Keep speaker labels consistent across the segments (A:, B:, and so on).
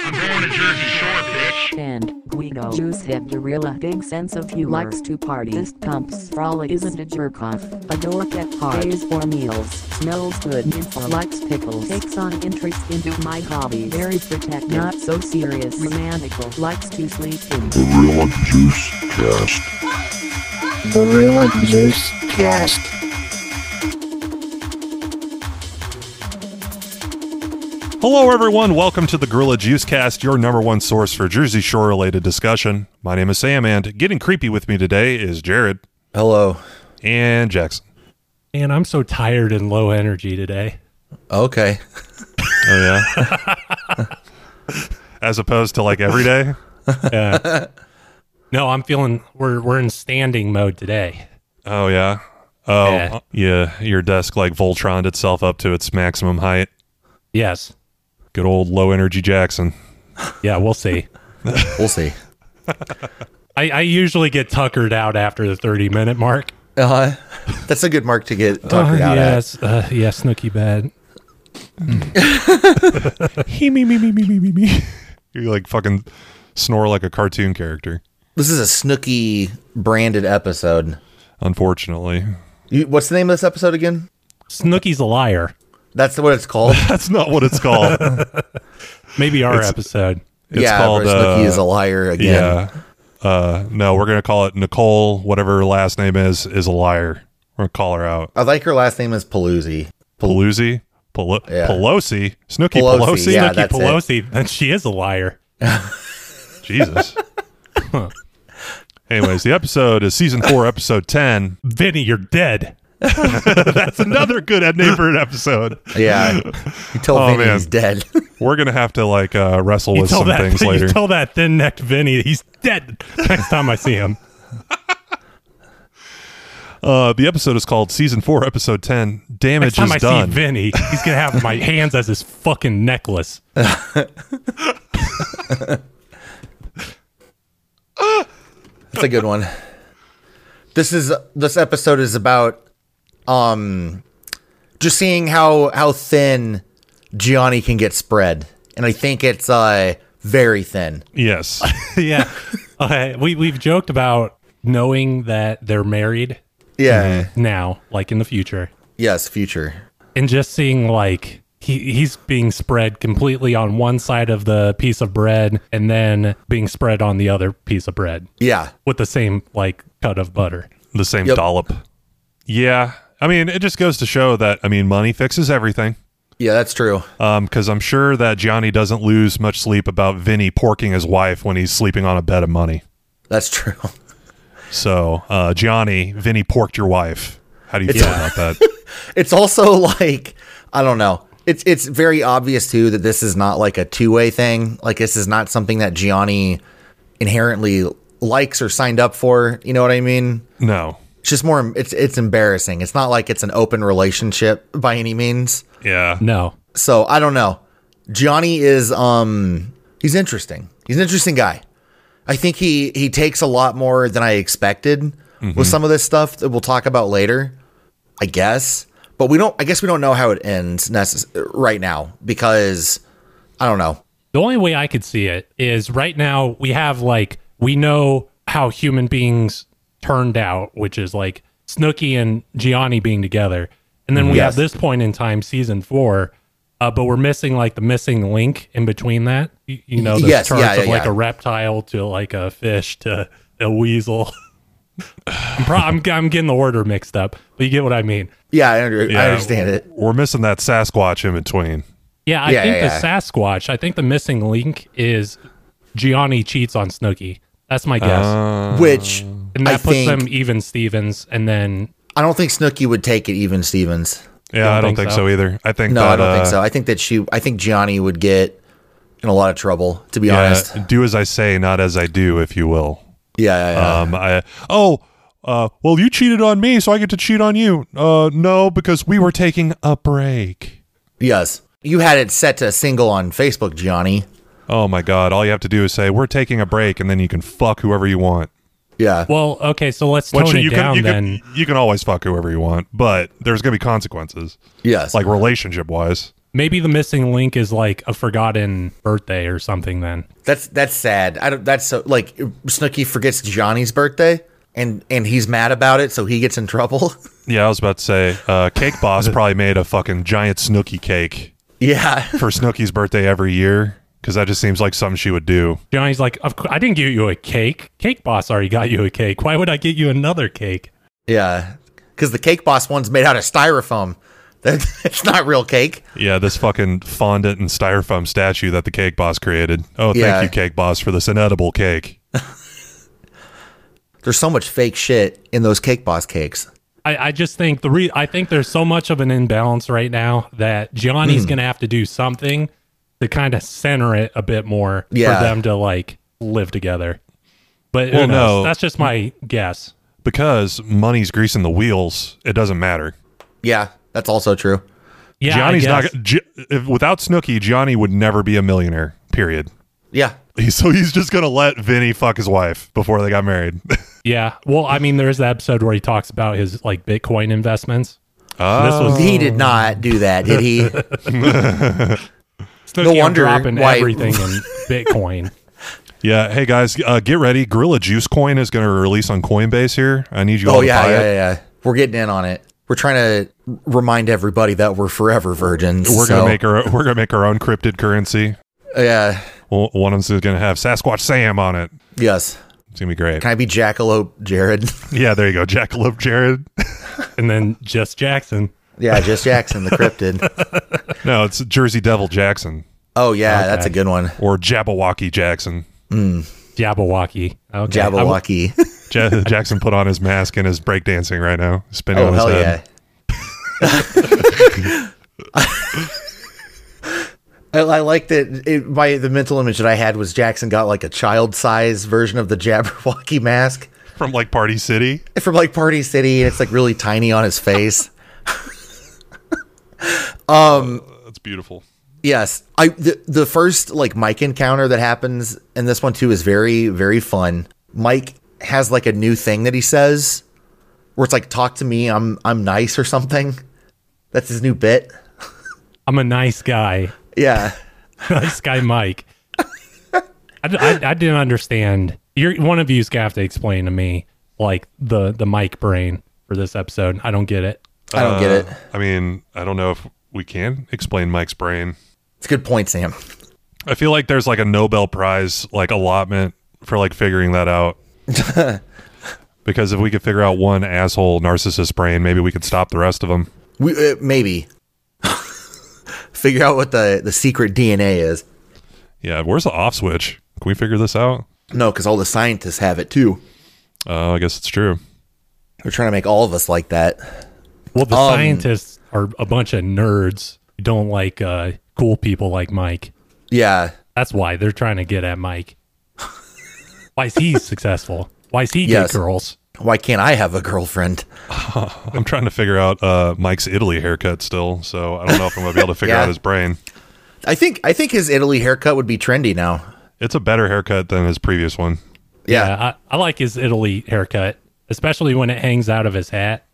A: Jersey Shore, bitch.
B: And Guido Juice have a real big sense of humor. Likes to party. This pumps frolic isn't a jerk off. A dork at parties or meals. Smells good. Info likes pickles. Takes on interest into my hobby. Very protective. Not so serious. Romantical. Likes to sleep in.
C: Gorilla Juice Cast.
D: Gorilla Juice Cast.
E: Hello, everyone. Welcome to the Gorilla Juice Cast, your number one source for Jersey Shore related discussion. My name is Sam, and getting creepy with me today is Jared
F: Hello.
E: and Jackson.
G: Man, I'm so tired and low energy today.
F: Okay.
E: Oh, yeah. As opposed to like every day.
G: Uh, no, I'm feeling we're we're in standing mode today.
E: Oh, yeah. Oh,
G: Yeah.
E: yeah. Your desk like Voltroned itself up to its maximum height.
G: Yes.
E: Good old low energy Jackson.
G: Yeah, we'll see.
F: We'll see.
G: I, I usually get tuckered out after the 30 minute mark.
F: Uh, that's a good mark to get
E: Oh,
F: talked
G: Uh,
F: out at.
G: yes. Uh, yeah, snooky bad. he me me me me me me me.
E: You like fucking snore like a cartoon character,
F: This is a Snooky branded episode.
E: unfortunately.
F: You, what's the name of this episode again?
G: Snooky's a liar.
F: That's what it's called.
E: That's not what it's called.
G: Maybe our
E: It's-
G: episode.
E: It's
F: yeah,
E: called
F: where Snooky
E: uh,
F: is a liar again.
E: Yeah. Uh, no, we're gonna call it Nicole, whatever her last name is, is a liar. We're gonna call her out.
F: I like her last name is Paluzzi.
E: Paluzzi, Pelo-
F: Yeah.
E: Pelosi, Snooki
F: Pelosi,
E: Pelosi.
F: yeah.
G: Snooky
F: that's it.
G: Pelosi, then she is a liar.
E: Jesus. Anyways, the episode is season four, episode ten.
G: Vinny, you're dead.
E: That's another good name for an episode.
F: Yeah. You tell
E: Oh,
F: Vinny
E: man.
F: he's dead.
E: We're gonna have to like uh, wrestle
G: You
E: with
G: tell,
E: some
G: that,
E: things
G: you
E: later.
G: tell that thin necked Vinny he's dead next time I see him.
E: uh, the episode is called season four, episode ten.
G: Next
E: Damage
G: time
E: is
G: I
E: done.
G: see Vinny, he's gonna have my hands as his fucking necklace.
F: That's a good one. This is this episode is about um just seeing how how thin Gianni can get spread. And I think it's uh very thin.
E: yes.
G: yeah. Okay. We we've joked about knowing that they're married
F: Yeah.
G: Mm-hmm. now, like in the future,
F: Yes, future.
G: and just seeing like he he's being spread completely on one side of the piece of bread and then being spread on the other piece of bread
F: Yeah.
G: with the same like cut of butter.
E: the same
F: Yep.
E: dollop. Yeah. I mean, it just goes to show that, I mean, money fixes everything.
F: Yeah, that's true.
E: Because I'm sure that Gianni doesn't lose much sleep about Vinny porking his wife when he's sleeping on a bed of money.
F: That's true.
E: So, uh, Gianni, Vinny porked your wife. How do you feel about that?
F: It's also like I don't know. It's it's very obvious too that this is not like a two-way thing. Like this is not something that Gianni inherently likes or signed up for, you know what I mean?
E: No.
F: It's just more it's it's embarrassing. It's not like it's an open relationship by any means.
E: Yeah.
G: No.
F: So, I don't know. Johnny is um he's interesting. He's an interesting guy. I think he he takes a lot more than I expected
G: Mm-hmm.
F: with some of this stuff that we'll talk about later. I guess, but we don't I guess we don't know how it ends necess- right now because I don't know.
G: The only way I could see it is right now we have like we know how human beings turned out, which is like Snooky and Gianni being together, and then we
F: Yes.
G: have this point in time, season four, uh, but we're missing like the missing link in between that. You, you know, those
F: Yes,
G: turns
F: yeah,
G: of
F: yeah,
G: like
F: yeah.
G: a reptile to like a fish to a weasel. I'm, pro- I'm I'm getting the order mixed up, but you get what I mean.
F: Yeah, I, under-
E: Yeah.
F: I understand it.
E: We're missing that Sasquatch in between.
G: Yeah, I
F: Yeah,
G: think
F: yeah,
G: the
F: yeah.
G: Sasquatch. I think the missing link is Gianni cheats on Snooky. That's my guess,
E: Uh,
F: Which
G: and
F: I
G: that puts
F: think
G: them even Stevens, and then
F: I don't think Snooky would take it even Stevens.
E: Yeah, I don't think, so. either. I think
F: No,
E: that,
F: I don't think
E: uh,
F: so. I think that she I think Johnny would get in a lot of trouble to be
E: yeah,
F: honest.
E: do as I say, not as I do, if you will.
F: Yeah, yeah, yeah.
E: Um, I oh, uh, well, you cheated on me, so I get to cheat on you. Uh, no, because we were taking a break.
F: Yes. You had it set to single on Facebook, Gianni.
E: Oh my God! All you have to do is say we're taking a break, and then you can fuck whoever you want.
F: Yeah.
G: well, okay, so let's tone
E: Which
G: it
E: you
G: down.
E: can, you
G: then
E: can you can always fuck whoever you want, but there's gonna be consequences,
F: Yes.
E: like relationship wise.
G: maybe the missing link is like a forgotten birthday or something. Then
F: That's that's sad. I don't. That's so like Snooky forgets Johnny's birthday, and and he's mad about it, so he gets in trouble.
E: Yeah, I was about to say, uh, Cake Boss probably made a fucking giant Snooky cake
F: yeah,
E: for Snooky's birthday every year because that just seems like something she would do.
G: Johnny's like, of course, I didn't get you a cake. Cake Boss already got you a cake. Why would I get you another cake?
F: yeah. Because the cake boss one's made out of styrofoam. That, it's not real cake.
E: Yeah, this fucking fondant and styrofoam statue that the Cake Boss created. Oh, thank
F: Yeah.
E: you, Cake Boss, for this inedible cake.
F: There's so much fake shit in those cake boss cakes.
G: I, I just think the re- I think there's so much of an imbalance right now that Gianni's
F: Hmm.
G: gonna have to do something to kind of center it a bit more
F: Yeah.
G: for them to like live together. But
E: Well,
G: who knows?
E: no.
G: That's just my guess.
E: Because money's greasing the wheels, it doesn't matter.
F: Yeah, that's also true.
G: Yeah, I
E: Johnny's not.
G: guess.
E: gonna- Gi- if- without Snooky, Johnny would never be a millionaire, period.
F: Yeah,
E: He's- So he's just going to let Vinny fuck his wife before they got married.
G: Yeah. Well, I mean, there is the episode where he talks about his like Bitcoin investments.
E: Oh.
G: this was
F: he did not do that, did he?
G: Snooki,
F: no
G: I'm
F: wonder
G: dropping
F: why-
G: everything in Bitcoin.
E: yeah. Hey, guys, uh, get ready. Gorilla Juice Coin is going to release on Coinbase here. I need you all
F: oh
E: to
F: yeah,
E: buy
F: yeah,
E: it.
F: yeah, yeah. We're getting in on it. We're trying to r- remind everybody that we're forever virgins.
E: We're
F: so-
E: gonna make our we're gonna make our own cryptid currency.
F: Yeah.
E: Well, one of them is gonna have Sasquatch Sam on it.
F: Yes.
E: It's gonna be great.
F: Can I be Jackalope Jared?
E: Yeah, there you go, Jackalope Jared.
G: and then just Jackson.
F: yeah, just Jackson the cryptid.
E: No, it's Jersey Devil Jackson
F: Oh yeah, that's a good one.
E: or Jabberwocky Jackson.
G: Jabberwocky. Okay. I,
F: Jabberwocky.
E: Ja- Jackson put on his mask and is breakdancing right now, spinning
F: oh
E: on his
F: hell
E: head.
F: yeah. I, I like that. It, my the mental image that I had was Jackson got like a child size version of the Jabberwocky mask
E: From like Party City.
F: from like Party City, and it's like really tiny on his face.
E: That's beautiful.
F: Yes, I the, the first like Mike encounter that happens in this one too is very very fun. Mike has like a new thing that he says where it's like talk to me, I'm I'm nice or something. That's his new bit.
G: am a nice guy.
F: Yeah.
G: nice guy, Mike. I, d- I- I didn't understand. You're, one of you's gonna have to explain to me like the the Mike brain for this episode. I don't get it.
F: I don't get it.
E: I mean, I don't know if we can explain Mike's brain.
F: It's a good point, Sam.
E: I feel like there's like a Nobel Prize like allotment for like figuring that out. because if we could figure out one asshole narcissist brain, maybe we could stop the rest of them.
F: We uh, maybe figure out what the the secret DNA is.
E: Yeah, where's the off switch? Can we figure this out?
F: No, cuz all the scientists have it too.
E: Uh, I guess it's true.
F: They're trying to make all of us like that.
G: Well, the
F: Um,
G: scientists are a bunch of nerds who don't like uh, cool people like Mike.
F: Yeah.
G: That's why they're trying to get at Mike. why is he successful? Why is he
F: Yes.
G: get girls?
F: Why can't I have a girlfriend?
E: I'm trying to figure out uh, Mike's Italy haircut still, so I don't know if I'm gonna be able to figure
F: Yeah.
E: out his brain.
F: I think I think his Italy haircut would be trendy now.
E: It's a better haircut than his previous one.
F: Yeah.
G: Yeah, I, I like his Italy haircut, especially when it hangs out of his hat.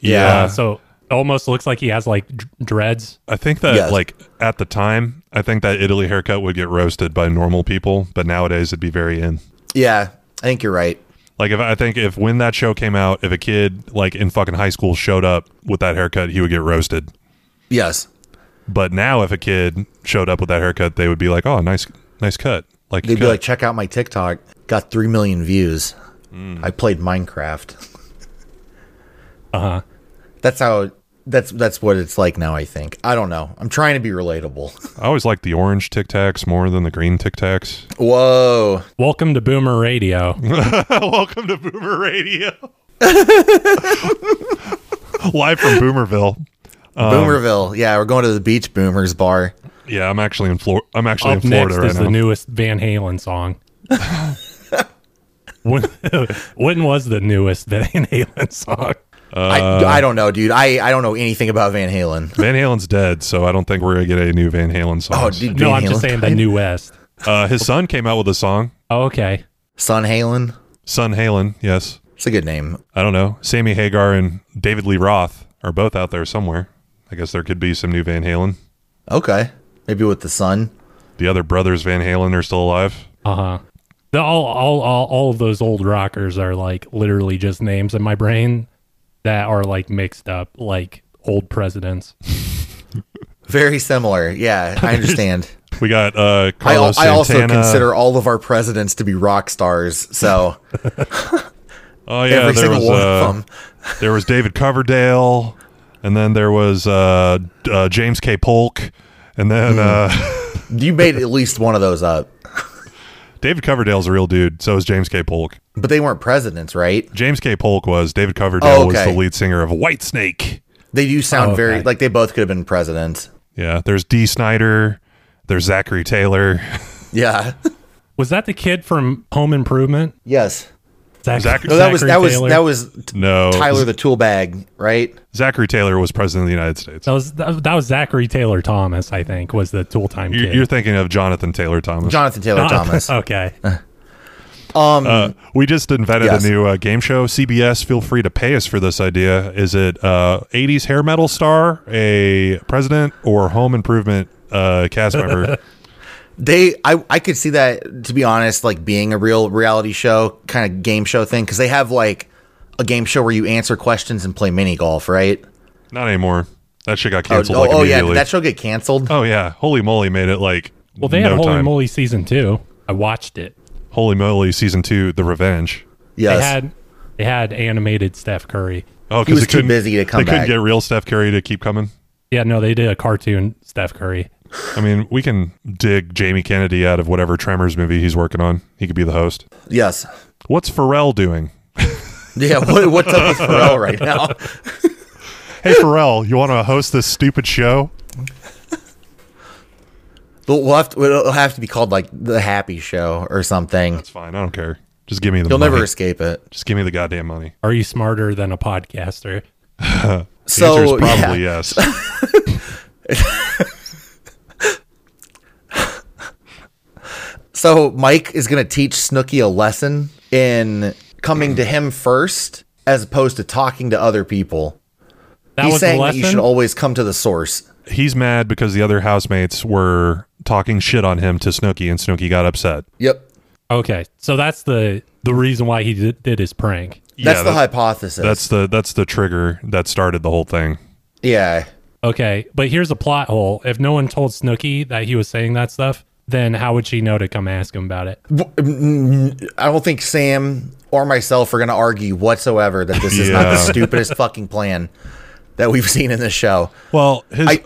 F: Yeah.
G: Uh, so it almost looks like he has like d- dreads.
E: I think that
F: Yes.
E: like at the time, I think that Italy haircut would get roasted by normal people, but nowadays it'd be very in.
F: Yeah, I think you're right.
E: Like if I think if when that show came out, if a kid like in fucking high school showed up with that haircut, he would get roasted.
F: Yes.
E: But now if a kid showed up with that haircut, they would be like, "Oh, nice nice cut." Like,
F: They'd be
E: cut.
F: like, check out my TikTok. Got 3 million views. I played Minecraft. uh-huh.
G: Uh-huh.
F: That's how that's that's what it's like now, I think. I don't know. I'm trying to be relatable.
E: I always like the orange Tic Tacs more than the green Tic Tacs.
F: Whoa.
G: Welcome to Boomer Radio.
E: Welcome to Boomer Radio. Live from Boomerville.
G: Um,
F: Boomerville. Yeah, we're going to the Beach Boomers bar.
E: Yeah, I'm actually in Flor. I'm actually
G: Up
E: in
G: next
E: Florida right
G: is
E: now.
G: the newest Van Halen song. when, when was the newest Van Halen song? Uh,
F: I, I don't know, dude. I, I don't know anything about Van Halen.
E: Van Halen's dead, so I don't think we're gonna get a new Van Halen song.
F: Oh, dude.
G: No,
F: Van
G: I'm
F: Halen
G: just saying the
F: died?
G: newest.
E: uh, his son came out with a song,
G: Oh, okay.
F: Son Halen.
E: Son Halen. Yes,
F: It's a good name.
E: I don't know. Sammy Hagar and David Lee Roth are both out there somewhere. I guess there could be some new Van Halen.
F: Okay. Maybe with the sun.
E: The other brothers Van Halen are still alive.
G: Uh huh. The, all, all, all, all of those old rockers are like literally just names in my brain that are like mixed up, like old presidents.
F: Very similar. Yeah, I understand.
E: We got uh,
F: I, al-
E: Carlos
F: I also
E: Santana.
F: consider all of our presidents to be rock stars. So
E: oh yeah,
F: every
E: there
F: single
E: was uh,
F: one of them.
E: there was David Coverdale, and then there was uh, d- uh, James K. Polk, and
F: Hmm.
E: then uh,
F: You made at least one of those up.
E: David Coverdale's a real dude. So is James K. Polk.
F: But they weren't presidents, right?
E: James K. Polk was David Coverdale
F: Oh,
E: was
F: okay.
E: the lead singer of Whitesnake.
F: They do sound
G: Oh,
F: very
G: okay.
F: like they both could have been presidents.
E: Yeah, there's D. Snyder, there's Zachary Taylor,
F: Yeah.
G: Was that the kid from Home Improvement?
F: yes.
G: Zach-
E: Zach-
F: No, that was that
G: Zachary
F: was
G: Taylor?
F: that was t-
E: no
F: Tyler
E: Z-
F: the tool bag, right?
E: Zachary Taylor was president of the United States.
G: That was that, that was Zachary Taylor Thomas, I think, was the tool time
E: You're,
G: kid.
E: you're thinking of Jonathan Taylor Thomas.
F: Jonathan Taylor
G: Not-
F: Thomas.
G: okay.
F: Um
E: Uh, we just invented
F: Yes.
E: a new uh, game show. CBS, feel free to pay us for this idea. Is it uh, 80s hair metal star, a president, or home improvement uh, cast member?
F: They, I, I could see that to be honest, like being a real reality show kind of game show thing because they have like a game show where you answer questions and play mini golf, right?
E: Not anymore. That shit got
F: Oh,
E: canceled
F: oh,
E: like
F: oh, yeah,
E: immediately.
F: did that show get canceled?
E: oh, yeah. Holy moly made it like.
G: Well, they had
E: no
G: Holy
E: time.
G: Moly season two. I watched it.
E: Holy moly season two, The Revenge.
F: yes,
G: They had they had animated Steph Curry.
E: Oh,
F: He
E: because
F: was
E: they
F: too
E: couldn't-
F: busy to come
E: They
F: back.
E: couldn't get real Steph Curry to keep coming.
G: Yeah, no, they did a cartoon Steph Curry.
E: I mean, we can dig Jamie Kennedy out of whatever Tremors movie he's working on. He could be the host.
F: yes,
E: What's Pharrell doing?
F: yeah. What, what's up with Pharrell right now?
E: Hey, Pharrell, you want to host this stupid show?
F: We'll we'll have to, it'll have to be called like the Happy Show or something.
E: It's fine. I don't care. Just give me the
F: You'll
E: money.
F: never escape it.
E: Just give me the goddamn money.
G: Are you smarter than a podcaster?
E: The answer
F: So
E: is probably
F: yeah.
E: yes.
F: So Mike is gonna teach Snooky a lesson in coming to him first as opposed to talking to other people.
G: That
F: He's
G: was the
F: saying that you
G: lesson.
F: should always come to the source.
E: He's mad because the other housemates were talking shit on him to Snooky, and Snooky got upset.
F: Yep.
G: okay, so that's the the reason why he did, did his prank.
F: That's the
E: that-
F: hypothesis.
E: That's the that's the trigger that started the whole thing.
F: yeah.
G: Okay, but here's a plot hole. If no one told Snooky that he was saying that stuff, then how would she know to come ask him about it?
F: I don't think Sam or myself are going to argue whatsoever that this is not the
E: Yeah.
F: stupidest fucking plan that we've seen in this show.
E: Well, his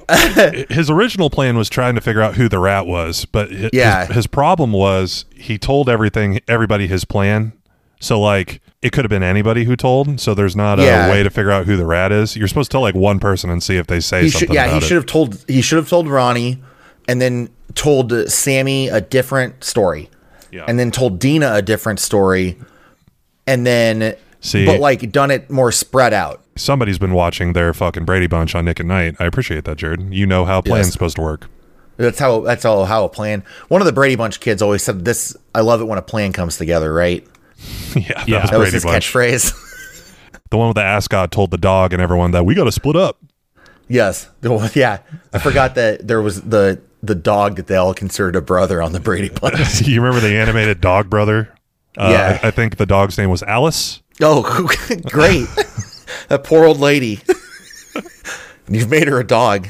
E: his original plan was trying to figure out who the rat was, but hi- his,
F: Yeah.
E: his problem was he told everything everybody his plan. So like it could have been anybody who told. So there's not
F: Yeah.
E: a way to figure out who the rat is. You're supposed to tell like one person and see if they say
F: He
E: something.
F: should, yeah, he
E: about it.
F: should have told he should have told Ronnie, and then told uh, Sammy a different story,
E: Yeah.
F: and then told Dina a different story, and then
E: See-
F: but like done it more spread out.
E: somebody's been watching their fucking Brady Bunch on Nick at Night. I appreciate that, Jared. You know how plan's
F: Yes.
E: supposed to work.
F: That's how that's all how a plan. One of the Brady Bunch kids always said this. I love it when a plan comes together. Right?
E: yeah, that
G: Yeah.
E: was
F: That was
E: Brady
F: his
E: Bunch.
F: catchphrase.
E: The one with the ascot told the dog and everyone that we got to split up.
F: Yes. The one- Yeah. I forgot that there was the the dog that they all considered a brother on the Brady Bunch.
E: you remember the animated dog brother? Uh,
F: Yeah.
E: I, I think the dog's name was Alice.
F: Oh, great. that poor old lady. You've made her a dog.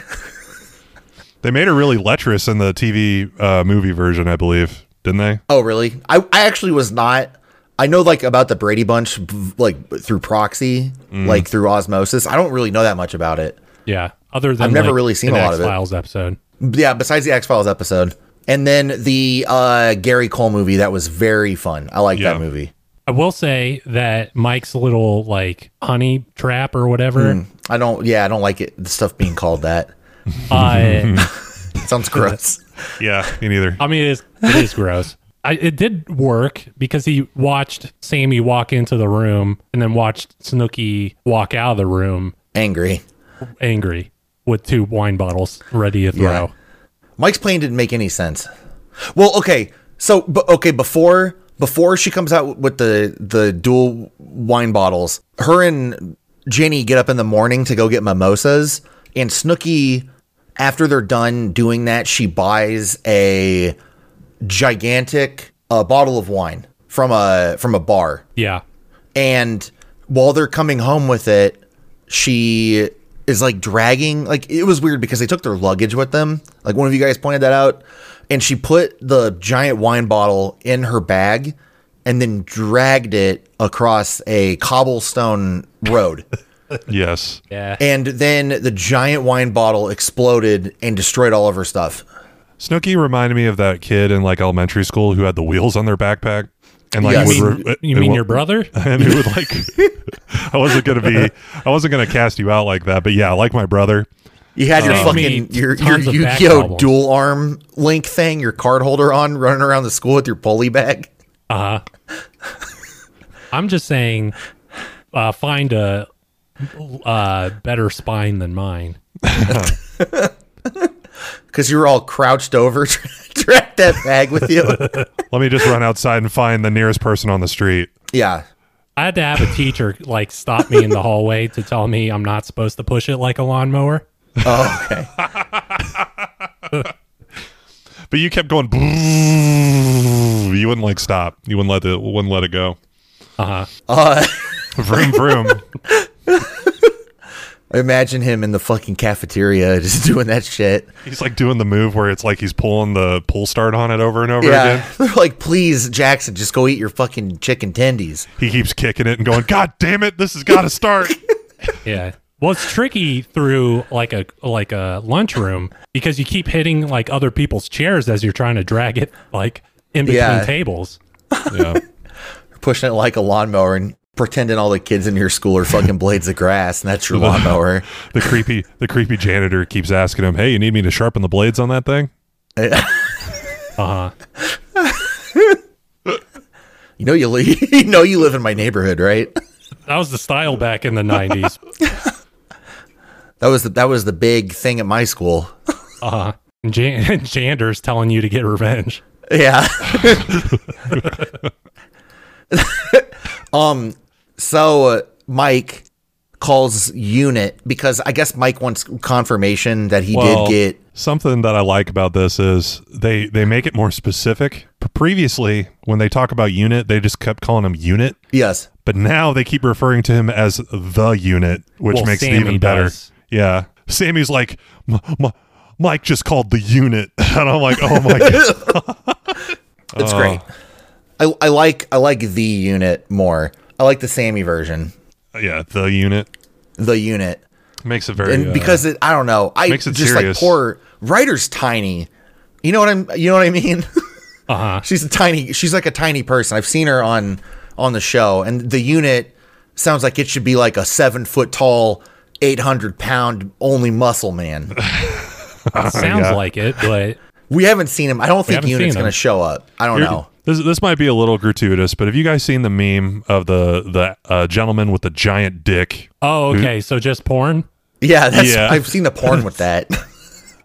E: They made her really lecherous in the TV uh, movie version, I believe, didn't they?
F: Oh, really? I, I actually was not. I know like about the Brady Bunch b- like through proxy, like through osmosis. I don't really know that much about it.
G: Yeah, other than
F: I've never
G: like,
F: really seen
G: an
F: a lot of it.
G: X-Files episode.
F: Yeah, besides the X Files episode. And then the uh, Gary Cole movie, that was very fun. I like
E: Yeah.
F: that movie.
G: I will say that Mike's little like honey trap or whatever.
F: I don't, yeah, I don't like it. The stuff being called that
G: Uh,
F: sounds gross.
E: Yeah, me neither.
G: I mean, it is it is gross. I, it did work because he watched Sammy walk into the room and then watched Snooky walk out of the room
F: Angry.
G: angry with two wine bottles ready to throw.
F: Yeah. Mike's plan didn't make any sense. Well, okay, so but okay before before she comes out with the the dual wine bottles, her and Jenny get up in the morning to go get mimosas, and Snooky after they're done doing that, she buys a gigantic uh, bottle of wine from a from a bar.
G: Yeah.
F: And while they're coming home with it, she is like dragging like it was weird because they took their luggage with them. Like one of you guys pointed that out and she put the giant wine bottle in her bag and then dragged it across a cobblestone road.
E: Yes.
G: Yeah.
F: and then the giant wine bottle exploded and destroyed all of her stuff.
E: Snooky reminded me of that kid in like elementary school who had the wheels on their backpack. And like
F: Yes.
E: would
F: You
G: mean-
E: re-
G: you
E: it
G: mean
E: wa-
G: your brother?
E: and he would like I wasn't gonna be I wasn't gonna cast you out like that, but yeah, like my brother.
F: You had your
G: Saved me
F: fucking your your
G: tons of back
F: Yu-Gi-Oh
G: problems.
F: dual arm link thing, your card holder on, running around the school with your pulley bag.
G: I'm just saying, uh, find a uh, better spine than mine.
F: Because you were all crouched over, track that bag with you.
E: Let me just run outside and find the nearest person on the street.
F: yeah.
G: I had to have a teacher like stop me in the hallway to tell me I'm not supposed to push it like a lawnmower.
F: Oh, okay.
E: But you kept going you wouldn't like stop. You wouldn't let the wouldn't let it go.
F: Uh,
E: Vroom vroom.
F: imagine him in the fucking cafeteria just doing that shit.
E: he's like doing the move where it's like he's pulling the pull start on it over and over
F: Yeah.
E: again.
F: They're like, please, Jackson, just go eat your fucking chicken tendies.
E: He keeps kicking it and going, God damn it, this has gotta start.
G: Yeah. Well, it's tricky through like a like a lunchroom because you keep hitting like other people's chairs as you're trying to drag it like in between
F: Yeah.
G: tables.
E: yeah.
F: Pushing it like a lawnmower and pretending all the kids in your school are fucking blades of grass, and that's your lawnmower.
E: The creepy the creepy janitor keeps asking him, Hey, you need me to sharpen the blades on that thing?
G: Uh huh.
F: You know you li- you know you live in my neighborhood, right?
G: That was the style back in the '90s.
F: That was the, that was the big thing at my school.
G: Uh huh. Jan- Jander's telling you to get revenge.
F: Yeah. um so uh, Mike calls unit because I guess Mike wants confirmation that he
E: Well,
F: did get
E: something that I like about this is they they make it more specific. P- Previously, when they talk about unit, they just kept calling him unit,
F: yes.
E: but now they keep referring to him as the unit, which
G: Well,
E: makes
G: Sammy
E: it even better.
G: does.
E: Yeah, Sammy's like, "M- m- Mike just called the unit, and I'm like, oh my god,
F: It's great. I, I like I like the unit more. I like the Sammy version.
E: yeah, the unit
F: The unit.
E: makes it very
F: and
E: uh,
F: because it, I don't know, I
E: makes it
F: just
E: serious.
F: like poor writer's tiny. You know what I'm? You know what I mean?
G: Uh huh.
F: she's a tiny. She's like a tiny person. I've seen her on on the show, and the unit sounds like it should be like a seven foot tall, eight hundred pound only muscle man.
G: Sounds like it, but
F: We haven't seen him. I don't think
G: haven't
F: unit's
G: seen him.
F: going to show up. I don't
E: Here-
F: know.
E: This, this might be a little gratuitous, but have you guys seen the meme of the the uh, gentleman with the giant dick? Uh,
G: oh, okay. So just porn.
F: Yeah, that's,
E: Yeah.
F: I've seen the porn with that.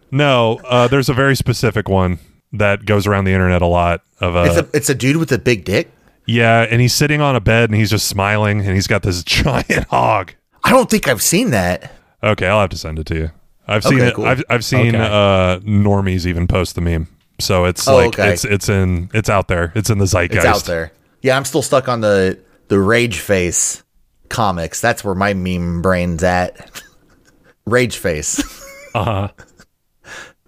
E: No, uh, there's a very specific one that goes around the internet a lot. Of
F: it's
E: uh,
F: a it's a dude with a big dick.
E: yeah, and he's sitting on a bed and he's just smiling and he's got this giant hog.
F: I don't think I've seen that.
E: Okay, I'll have to send it to you. I've seen
F: Okay,
E: it.
F: cool.
E: I've I've seen
G: Okay.
E: uh, normies even post the meme, so it's
F: Oh,
E: like
F: okay.
E: it's it's in it's out there. It's in the
F: It's
E: zeitgeist.
F: out there. Yeah, I'm still stuck on the the rage face comics. That's where my meme brain's at. rage face.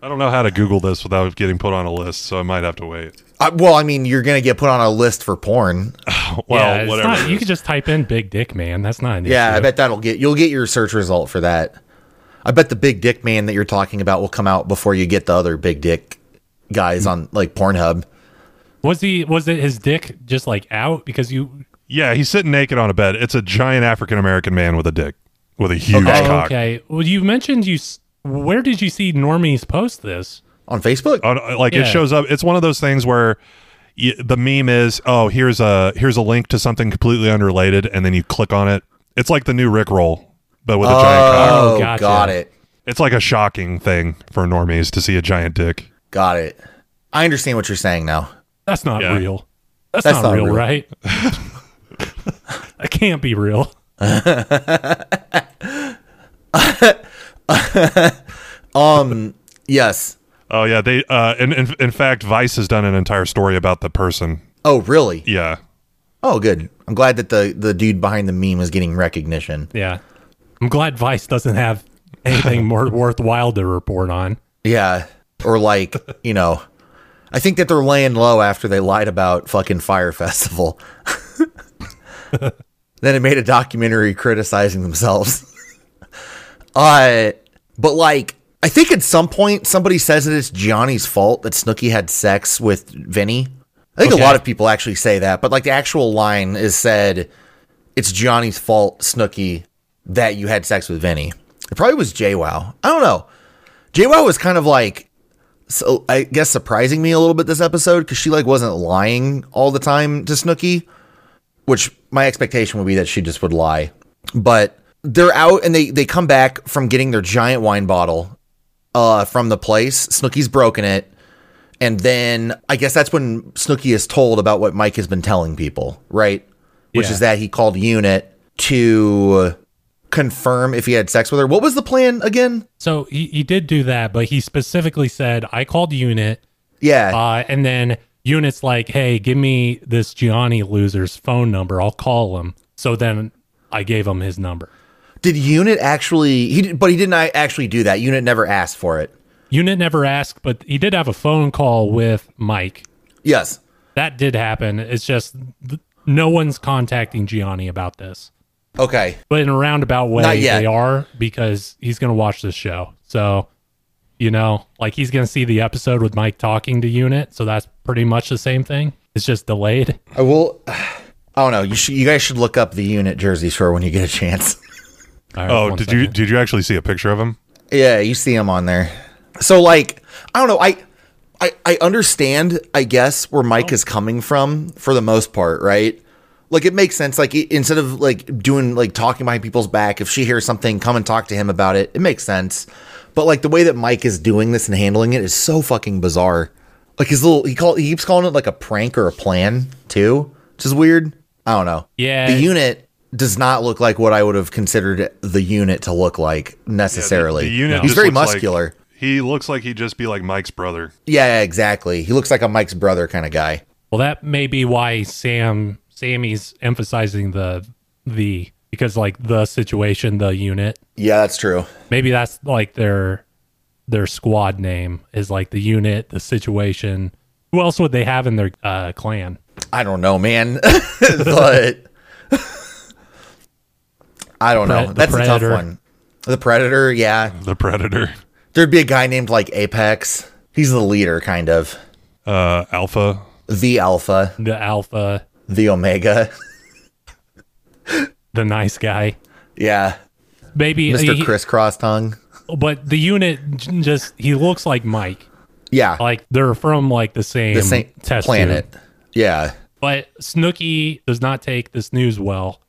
E: I don't know how to Google this without getting put on a list, so I might have to wait.
F: I, well, I mean, you're gonna get put on a list for porn.
E: Well,
G: yeah, it's
E: whatever.
G: not-
E: it
G: you
E: is.
G: could just type in "big dick man." That's not an
F: Yeah,
G: issue.
F: I bet that'll get you'll get your search result for that. I bet the big dick man that you're talking about will come out before you get the other big dick guys on like Pornhub.
G: Was he? Was it his dick just like out because you?
E: Yeah, he's sitting naked on a bed. It's a giant African American man with a dick, with a huge
F: Okay.
E: cock.
G: oh, Okay. Well, you mentioned you. s- Where did you see normies post this?
F: On Facebook?
E: On- uh, like
G: Yeah.
E: it shows up. It's one of those things where y- the meme is, oh, here's a here's a link to something completely unrelated, and then you click on it. It's like the new Rickroll, but with a giant cock.
F: oh,
G: gotcha.
F: got it.
E: It's like a shocking thing for normies to see a giant dick.
F: Got it. I understand what you're saying now.
G: That's not
E: Yeah.
G: real. That's,
F: That's not
G: not, real,
F: real.
G: right? that can't be real.
F: Um, yes.
E: Oh yeah, they uh, and in, in fact, Vice has done an entire story about the person.
F: Oh, really?
E: Yeah,
F: Oh, good. I'm glad that the the dude behind the meme is getting recognition.
G: Yeah. I'm glad Vice doesn't have anything more worthwhile to report on.
F: Yeah. Or like, you know, I think that they're laying low after they lied about fucking Fire Festival. then it made a documentary criticizing themselves. uh but like I think at some point somebody says that it's Gianni's fault that Snooki had sex with Vinny. I think
G: Okay.
F: a lot of people actually say that, but like the actual line is said it's Johnny's fault, Snooky, that you had sex with Vinny. It probably was JWoww. I don't know. JWoww was kind of like, so I guess surprising me a little bit this episode because she like wasn't lying all the time to Snooky, which my expectation would be that she just would lie. But they're out and they they come back from getting their giant wine bottle uh, from the place. Snooky's broken it. And then I guess that's when Snooky is told about what Mike has been telling people, right? Which
G: Yeah.
F: is that he called Unit to confirm if he had sex with her. What was the plan again?
G: So he, he did do that, but he specifically said, I called Unit,
F: Yeah.
G: uh, and then Unit's like, hey, give me this Gianni loser's phone number. I'll call him. So then I gave him his number.
F: did Unit actually? He did, but he didn't a- actually do that. Unit never asked for it.
G: Unit never asked, but he did have a phone call with Mike.
F: Yes.
G: That did happen. It's just th- no one's contacting Gianni about this.
F: Okay.
G: but in a roundabout way
F: Not yet.
G: they are because he's going to watch this show so you know like he's going to see the episode with mike talking to unit so that's pretty much the same thing it's just delayed
F: I will. I don't know. You should. You guys should look up the Unit jerseys for when you get a chance.
G: All right,
E: Oh,
G: one
E: did you
G: second.
E: did you actually see a picture of him?
F: Yeah, you see him on there. So like, I don't know. I I I understand, I guess, where Mike is coming from for the most part, right? Like it makes sense. Like i- instead of like doing like talking behind people's back, if she hears something, come and talk to him about it. It makes sense. But like the way that Mike is doing this and handling it is so fucking bizarre. Like his little he call he keeps calling it like a prank or a plan too, which is weird. I don't know.
G: Yeah.
F: the unit does not look like what I would have considered the unit to look like necessarily.
E: The unit.
F: He's
E: just
F: very
E: looks like-
F: muscular.
E: he looks like he'd just be like Mike's brother.
F: yeah, exactly. He looks like a Mike's brother kind of guy.
G: well that may be why sam sammy's emphasizing the the because like the situation the unit
F: Yeah, that's true.
G: maybe that's like their their squad name is like the unit the situation who else would they have in their uh, clan
F: I don't know, man. but I don't know.
G: Pre- the
F: that's a
G: Predator.
F: tough one. The Predator, yeah.
E: The Predator,
F: There'd be a guy named like Apex. He's the leader, kind of.
E: uh, Alpha.
F: The Alpha,
G: the alpha
F: the Omega.
G: the nice guy
F: yeah.
G: maybe
F: Mr.
G: he-
F: Crisscross Tongue.
G: but the unit j- just he looks like Mike.
F: Yeah.
G: Like they're from like the same,
F: the same
G: test
F: planet.
G: tube.
F: Yeah.
G: But Snooky does not take this news well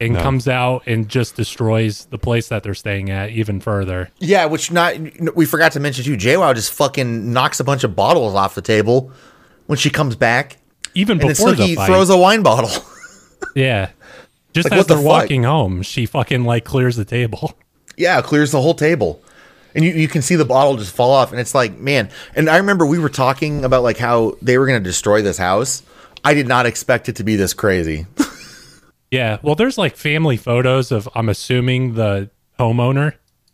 G: and comes out and just destroys the place that they're staying at even further.
F: Yeah, which not we forgot to mention too. JWoww just fucking knocks a bunch of bottles off the table when she comes back,
G: Even
F: and
G: before
F: it's like
G: the
F: he
G: fight.
F: throws a wine bottle.
G: yeah. Just
F: Like,
G: as
F: what the
G: they're
F: fuck?
G: walking home, she fucking like clears the table.
F: yeah, it clears the whole table. And you, you can see the bottle just fall off. And it's like, man. And I remember we were talking about like how they were going to destroy this house. I did not expect it to be this crazy.
G: Yeah. Well, there's like family photos of I'm assuming the homeowner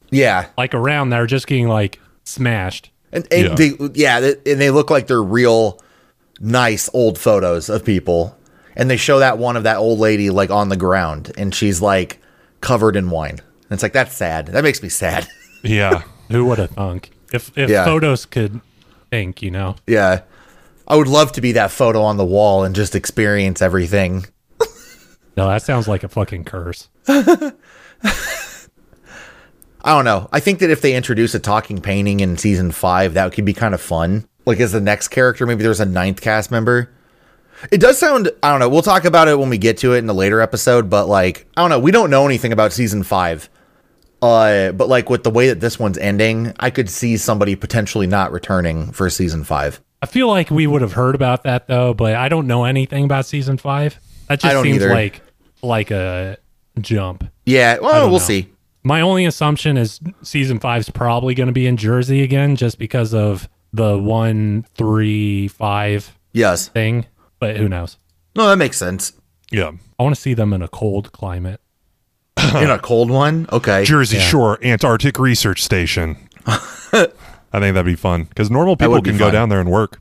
F: yeah.
G: like around there just getting like smashed.
F: And, and
E: Yeah.
F: they, yeah, they, and they look like they're real nice old photos of people. And they show that one of that old lady like on the ground and she's like covered in wine. And it's like, that's sad. That makes me sad.
E: Yeah,
G: Who would have thunk? If if
F: Yeah.
G: photos could think, you know.
F: yeah. I would love to be that photo on the wall and just experience everything.
G: No, that sounds like a fucking curse.
F: I don't know. I think that if they introduce a talking painting in season five, that could be kind of fun. Like as the next character, maybe there's a ninth cast member. It does sound, I don't know. We'll talk about it when we get to it in a later episode, but like, I don't know. We don't know anything about season five. Uh, but like with the way that this one's ending, I could see somebody potentially not returning for season five.
G: I feel like we would have heard about that though, but I don't know anything about season five. That
F: I
G: just
F: don't
G: seems
F: either.
G: like like a jump.
F: Yeah. Well,
G: don't
F: we'll
G: know.
F: see.
G: My only assumption is season five's probably going to be in Jersey again, just because of the one three five
F: Yes.
G: thing. But who knows?
F: No, that makes sense.
E: Yeah.
G: I want to see them in a cold climate.
F: In a cold one? Okay.
E: Jersey Shore Antarctic Research Station. I think that'd be fun because normal people
F: would be
E: can go
F: fun.
E: down there and work.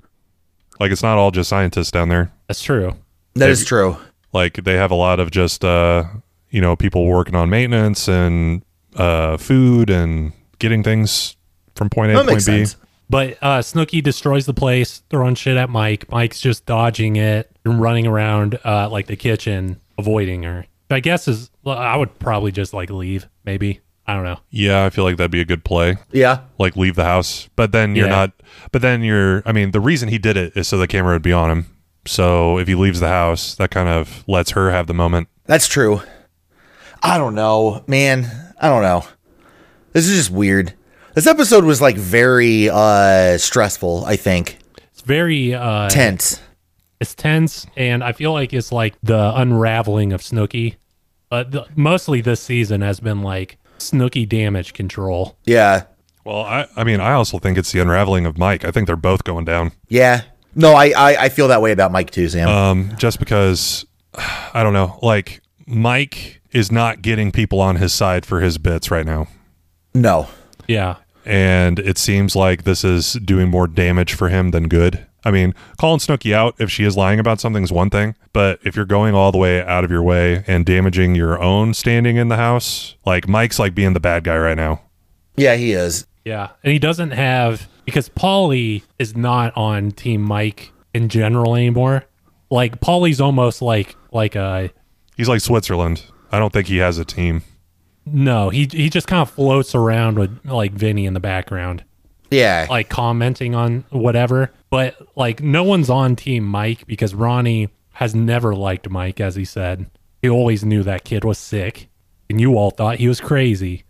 E: Like it's not all just scientists down there.
G: That's true.
F: That is true.
E: Like they have a lot of just uh, you know people working on maintenance and uh, food and getting things from point A
F: That
E: to point
F: makes
E: B.
F: sense.
G: But uh, Snooky destroys the place, throwing shit at Mike. Mike's just dodging it and running around uh, like the kitchen, avoiding her. I guess is well, I would probably just like leave. Maybe I don't know.
E: Yeah, I feel like that'd be a good play.
F: Yeah.
E: Like leave the house, but then you're
G: Yeah.
E: not. But then you're. I mean, the reason he did it is so the camera would be on him. So if he leaves the house, that kind of lets her have the moment.
F: That's true. I don't know, man. I don't know. This is just weird. This episode was like very uh stressful, I think.
G: It's very uh,
F: Tense.
G: it's tense, and I feel like it's like the unraveling of Snooky. But the, mostly this season has been like Snooky damage control.
F: Yeah.
E: Well, I, I mean, I also think it's the unraveling of Mike. I think they're both going down.
F: Yeah. No, I I, I feel that way about Mike too, Sam.
E: Um, just because I don't know, like Mike is not getting people on his side for his bits right now.
F: no.
G: Yeah,
E: And it seems like this is doing more damage for him than good. I mean, calling Snooky out if she is lying about something is one thing, but if you're going all the way out of your way and damaging your own standing in the house, like Mike's like being the bad guy right now.
F: Yeah, he is.
G: Yeah, and he doesn't have because Polly is not on Team Mike in general anymore. Like Polly's almost like like a
E: He's like Switzerland. I don't think he has a team.
G: no. He he just kind of floats around with like Vinny in the background,
F: Yeah.
G: like commenting on whatever. But like no one's on Team Mike because Ronnie has never liked Mike, as he said. He always knew that kid was sick, and you all thought he was crazy.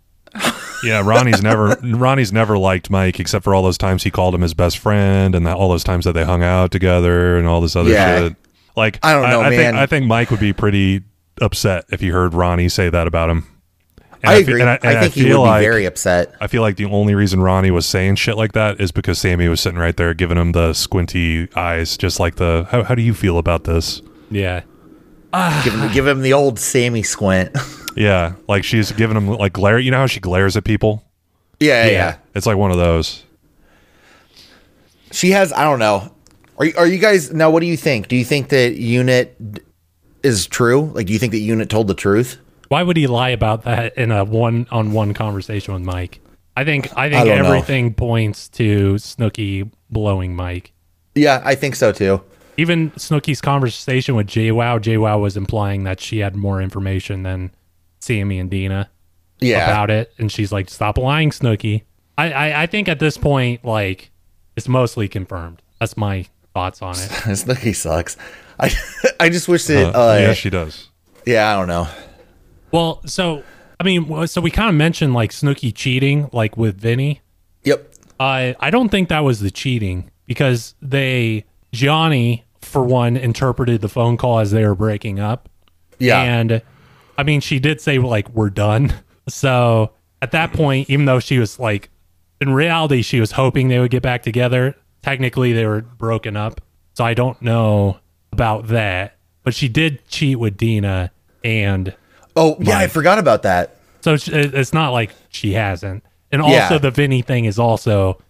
E: Yeah, Ronnie's never Ronnie's never liked Mike except for all those times he called him his best friend and that, all those times that they hung out together and all this other
F: Yeah.
E: shit. Like
F: I don't know,
E: I,
F: man.
E: Think, I think Mike would be pretty upset if he heard Ronnie say that about him. And
F: I
E: fe-
F: agree.
E: and
F: I,
E: and
F: think he
E: feel
F: would
E: like-
F: be very upset.
E: I feel like the only reason Ronnie was saying shit like that is because Sammy was sitting right there giving him the squinty eyes, just like the how, how do you feel about this?
G: Yeah,
F: give, him, give him the old Sammy squint.
E: Yeah, like she's giving him like glare. You know how she glares at people?
F: yeah, yeah,
E: It's like one of those.
F: She has. I don't know. Are you, are you guys now? What do you think? Do you think that Unit d- is true? Like, do you think that Unit told the truth?
G: Why would he lie about that in a one on one conversation with Mike? I think I think
F: don't know.
G: everything points to Snooky blowing Mike.
F: Yeah, I think so too.
G: Even Snooky's conversation with JWoww, JWoww was implying that she had more information than Sammy and Dina
F: Yeah,
G: about it, and she's like, "Stop lying, Snooky." I, I I think at this point, like, it's mostly confirmed. That's my thoughts on it.
F: Snooky sucks. I I just wish
E: Uh,
F: that. Uh,
E: yeah,
F: yeah,
E: she does.
F: I don't know.
G: Well, so I mean, well, so we kind of mentioned like Snooky cheating, like with Vinny.
F: Yep.
G: I I don't think that was the cheating because they Johnny for one interpreted the phone call as they were breaking up.
F: Yeah.
G: And I mean she did say like we're done. So at that point even though she was like in reality she was hoping they would get back together, technically they were broken up. So I don't know about that, but she did cheat with Dina and
F: oh yeah, I forgot about that.
G: so it's, it's not like she hasn't. And also,
F: Yeah.
G: the Vinny thing is also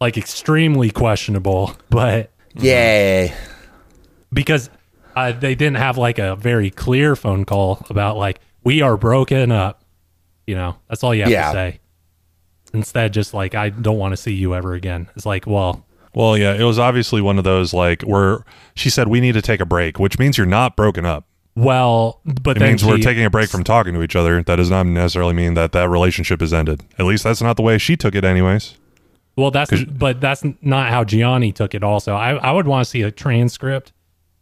G: like extremely questionable, but
F: Yay.
G: because uh, they didn't have like a very clear phone call about like we are broken up. You know, that's all you have
F: Yeah.
G: to say. Instead, just like I don't want to see you ever again. It's like, well,
E: Well, yeah, it was obviously one of those like where she said we need to take a break, which means you're not broken up.
G: well, but
E: It
G: then
E: means we're
G: she-
E: taking a break from talking to each other. That does not necessarily mean that that relationship is ended. At least that's not the way she took it, anyways.
G: Well, that's but that's not how Gianni took it. Also, I I would want to see a transcript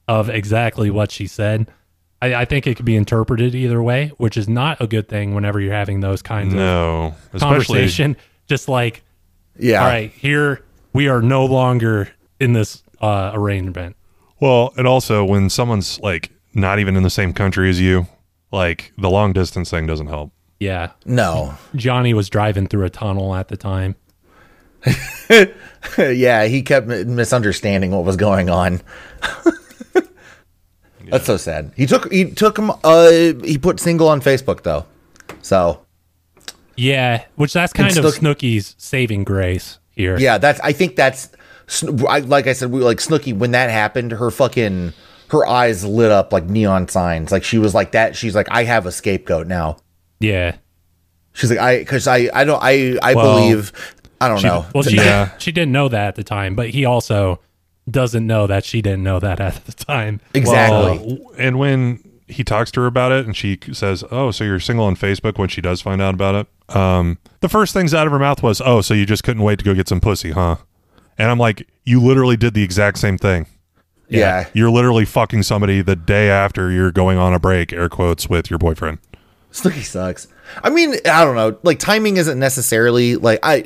G: of exactly what she said. I, I think it could be interpreted either way, which is not a good thing whenever you're having those kinds of
E: No, especially
G: Mm.
E: Ah.
G: conversation. Just like,
F: Yeah.
G: all right, here we are no longer in this uh, arrangement.
E: well, and also when someone's like not even in the same country as you, like the long distance thing doesn't help.
G: Yeah.
F: No.
G: Johnny was driving through a tunnel at the time.
F: yeah, he kept m- misunderstanding what was going on. That's so sad. He took he took him uh he put single on Facebook though. So,
G: Yeah, which that's kind of
F: Snook-
G: Snooky's saving grace here.
F: yeah, that's I think that's Sn- I, like I said we like Snooky when that happened, her fucking her eyes lit up like neon signs. Like she was like that. She's like I have a scapegoat now.
G: Yeah.
F: She's like I cuz I I don't I I
G: Well,
F: believe I don't
G: She,
F: know.
G: Well, she,
E: Yeah.
G: she didn't know that at the time, but he also doesn't know that she didn't know that at the time.
F: exactly.
E: Well, Uh, and when he talks to her about it and she says, Oh, so you're single on Facebook when she does find out about it, um, the first things out of her mouth was, Oh, so you just couldn't wait to go get some pussy, huh? And I'm like, You literally did the exact same thing.
F: yeah.
E: You're literally fucking somebody the day after you're going on a break, air quotes, with your boyfriend.
F: Snooky sucks. I mean, I don't know. Like timing isn't necessarily like I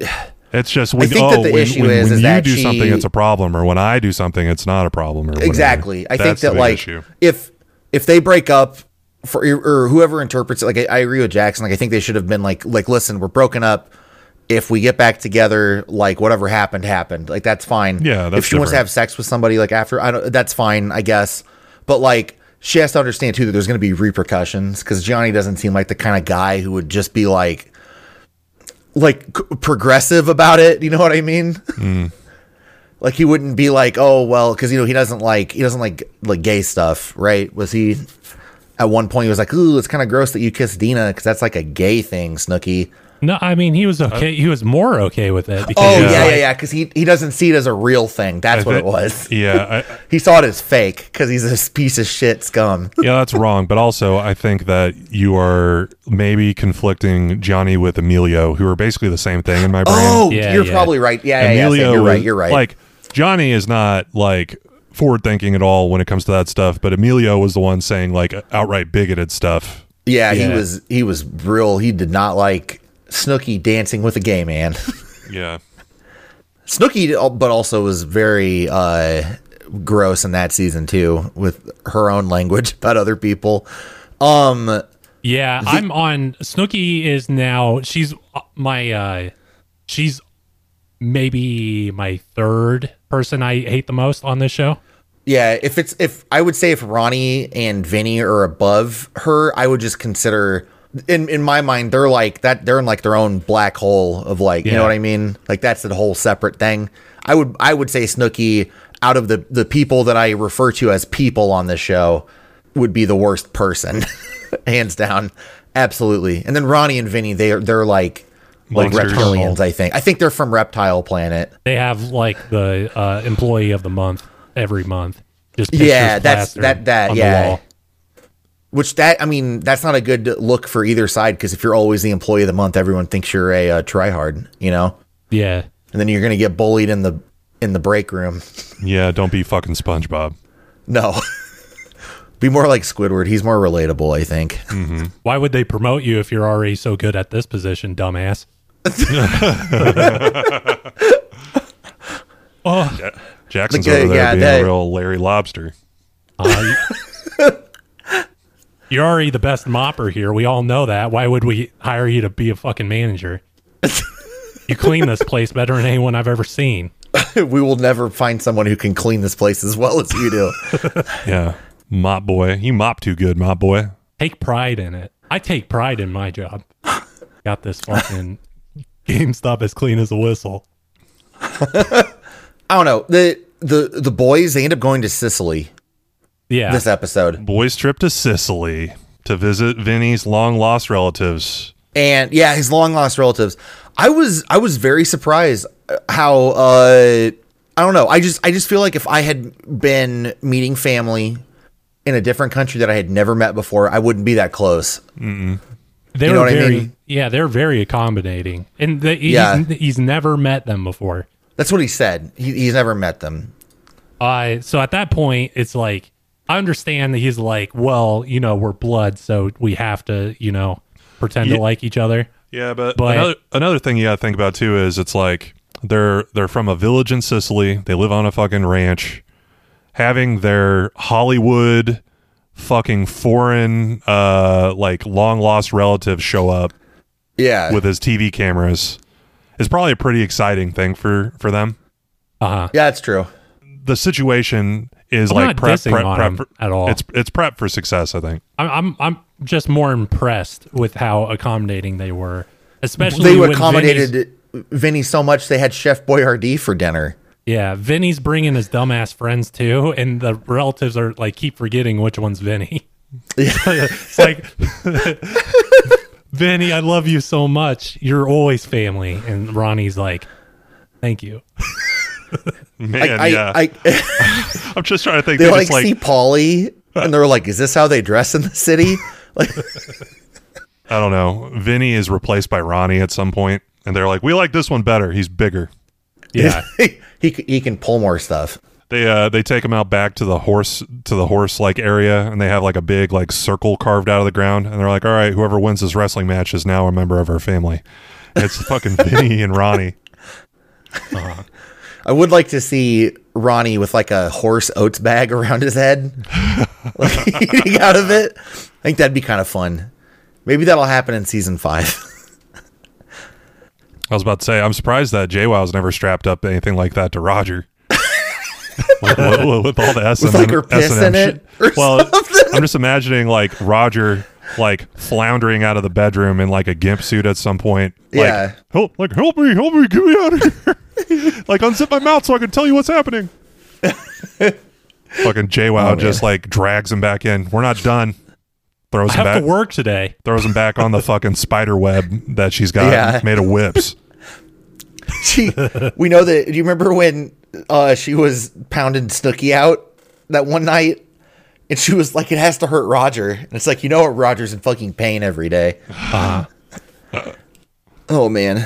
E: It's just when,
F: think
E: oh,
F: that the
E: when,
F: issue
E: when-
F: is-
E: when
F: is
E: you
F: that
E: do
F: she-
E: something, it's a problem, or when I do something, it's not a problem, or whatever.
F: exactly. I think
E: That's the
F: that
E: big
F: like
E: issue.
F: if if they break up for or whoever interprets it, like I, I agree with Jackson. Like I think they should have been like like listen, we're broken up. If we get back together, like whatever happened happened. Like that's fine.
E: Yeah, that's
F: if she wants to
E: different.
F: have sex with somebody, like after I don't, that's fine, I guess. But like she has to understand too that there's going to be repercussions because Johnny doesn't seem like the kind of guy who would just be like like c- progressive about it. You know what I mean? like he wouldn't be like, oh well, because you know he doesn't like he doesn't like like gay stuff, right? Was he? At one point, he was like, "Ooh, it's kind of gross that you kissed Dina because that's like a gay thing, Snooky."
G: No, I mean, he was okay. he was more okay with it because
F: Oh
G: he
F: yeah,
G: was
F: yeah,
G: like,
F: yeah, because he he doesn't see it as a real thing. That's what it was.
E: yeah, I,
F: He saw it as fake because he's this piece of shit scum.
E: yeah, that's wrong. But also, I think that you are maybe conflicting Johnny with Emilio, who are basically the same thing in my brain.
F: Oh,
G: Yeah,
F: you're
G: yeah.
F: probably right. Yeah, yeah, yeah, Sam, you're
E: was-
F: right. You're right.
E: Like Johnny is not like forward thinking at all when it comes to that stuff, but Emilio was the one saying like outright bigoted stuff.
F: yeah, he
G: yeah.
F: was he was real. He did not like Snooky dancing with a gay man.
E: Yeah.
F: Snooky, but also was very uh, gross in that season too, with her own language about other people. Um,
G: Yeah, I'm on. Snooky is now. She's my. uh She's maybe my third person I hate the most on this show.
F: yeah, if it's if I would say if Ronnie and Vinny are above her, I would just consider in in my mind they're like that they're in like their own black hole of like you
G: Yeah.
F: know what I mean like that's the whole separate thing. I would I would say Snooky out of the the people that I refer to as people on this show would be the worst person, hands down, absolutely. And then Ronnie and Vinny they are they're like
E: Monsters.
F: like reptilians. I think I think they're from Reptile Planet.
G: They have like the uh employee of the month every month. Just
F: yeah
G: pictures
F: that's
G: plastered
F: that that
G: on the
F: yeah
G: wall.
F: which that i mean that's not a good look for either side because if you're always the employee of the month everyone thinks you're a uh, tryhard you know
G: yeah.
F: and then you're gonna get bullied in the in the break room
E: Yeah, don't be fucking SpongeBob.
F: no be more like squidward he's more relatable i think
G: Hmm. Why would they promote you if you're already so good at this position, dumbass? oh,
E: Jackson's
F: Like, uh,
E: over there
F: yeah,
E: being
F: that-
E: a real Larry Lobster.
G: uh, you- you're already the best mopper here. We all know that. Why would we hire you to be a fucking manager? you clean this place better than anyone I've ever seen.
F: we will never find someone who can clean this place as well as you do
E: Yeah. Mop boy. You mop too good, mop boy.
G: Take pride in it. I take pride in my job. Got this fucking GameStop as clean as a whistle.
F: i don't know the the the boys they end up going to sicily
G: Yeah.
F: this episode
E: Boy's trip to Sicily to visit Vinny's long lost relatives.
F: and yeah, his long lost relatives. I was I was very surprised how uh I don't know. I just I just feel like if I had been meeting family in a different country that I had never met before, I wouldn't be that close.
G: They
F: You
G: were
F: know what I
G: very,
F: mean?
G: yeah, they're very accommodating, and the, he's,
F: Yeah.
G: he's never met them before.
F: That's what he said. He, he's never met them.
G: Uh, so at that point, it's like I understand that he's like, well, you know, we're blood, so we have to, you know, pretend
E: Ye-
G: to like each other.
E: Yeah, but,
G: But-
E: another, another thing you got to think about too is it's like they're they're from a village in Sicily. They live on a fucking ranch, having their Hollywood fucking foreign uh like long lost relatives show up
F: Yeah.
E: with his TV cameras is probably a pretty exciting thing for for them.
G: Uh huh.
F: yeah, it's true.
E: The situation is
G: I'm
E: like
G: not
E: prep,
G: dissing
E: prep,
G: on
E: prep
G: him
E: for,
G: at all.
E: It's it's prep for success, I think.
G: I'm, I'm I'm just more impressed with how accommodating they were, especially
F: They
G: when
F: accommodated
G: Vinny's,
F: Vinny so much they had Chef Boyardee for dinner.
G: yeah, Vinny's bringing his dumbass friends too, and the relatives are like keep forgetting which one's Vinny. it's like Vinny, I love you so much. You're always family, and Ronnie's like, "Thank you."
E: Man,
F: I,
E: yeah. I,
F: I, I,
E: am just trying to think. They,
F: they like,
E: just like
F: see Polly and they're like, "Is this how they dress in the city?" Like,
E: I don't know. Vinny is replaced by Ronnie at some point, and they're like, "We like this one better. He's bigger."
G: Yeah,
F: he c- he can pull more stuff.
E: They uh they take him out back to the horse to the horse like area, and they have like a big like circle carved out of the ground, and they're like, "All right, whoever wins this wrestling match is now a member of our family." It's fucking Vinny and Ronnie.
F: I would like to see Ronnie with like a horse oats bag around his head, like eating out of it. I think that'd be kind of fun. Maybe that'll happen in season five.
E: I was about to say, I'm surprised that JWoww's never strapped up anything like that to Roger. with, with- with all the S and
F: like her piss in it or
E: Well, I'm just imagining like Roger like floundering out of the bedroom in like a gimp suit at some point. Like,
F: Yeah.
E: Help! Like help me! Help me! Get me out of here! like unzip my mouth so I can tell you what's happening. Fucking
F: Oh,
E: JWoww just like drags him back in. We're not done. Throws
G: I
E: him
G: have
E: back.
G: to work today.
E: Throws him back on the fucking spider web that she's got
F: Yeah.
E: made of whips.
F: she, we know that. Do you remember when uh, she was pounding Snooky out that one night? And she was like, it has to hurt Roger. And it's like, you know what? Roger's in fucking pain every day. oh, man.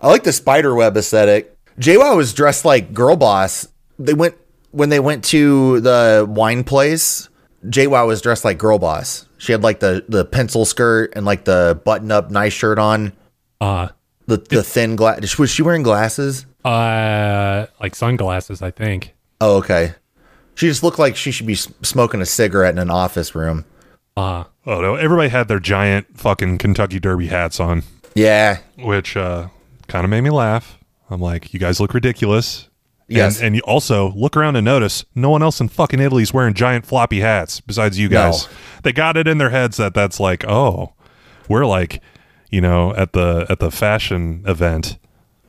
F: I like the spider web aesthetic. JWoww was dressed like Girl Boss. They went, when they went to the wine place, JWoww was dressed like Girl Boss. She had like the, the pencil skirt and like the button up nice shirt on.
G: Uh,
F: The, the thin glass. Was she wearing glasses?
G: uh, like sunglasses, I think.
F: Oh, okay. She just looked like she should be s- smoking a cigarette in an office room.
G: Uh,
E: Oh no! Everybody had their giant fucking Kentucky Derby hats on,
F: Yeah.
E: which uh, kind of made me laugh. I'm like, you guys look ridiculous.
F: Yes.
E: And, and you also look around and notice no one else in fucking Italy's wearing giant floppy hats besides you guys.
F: No.
E: They got it in their heads that that's like, oh, we're like, you know, at the at the fashion event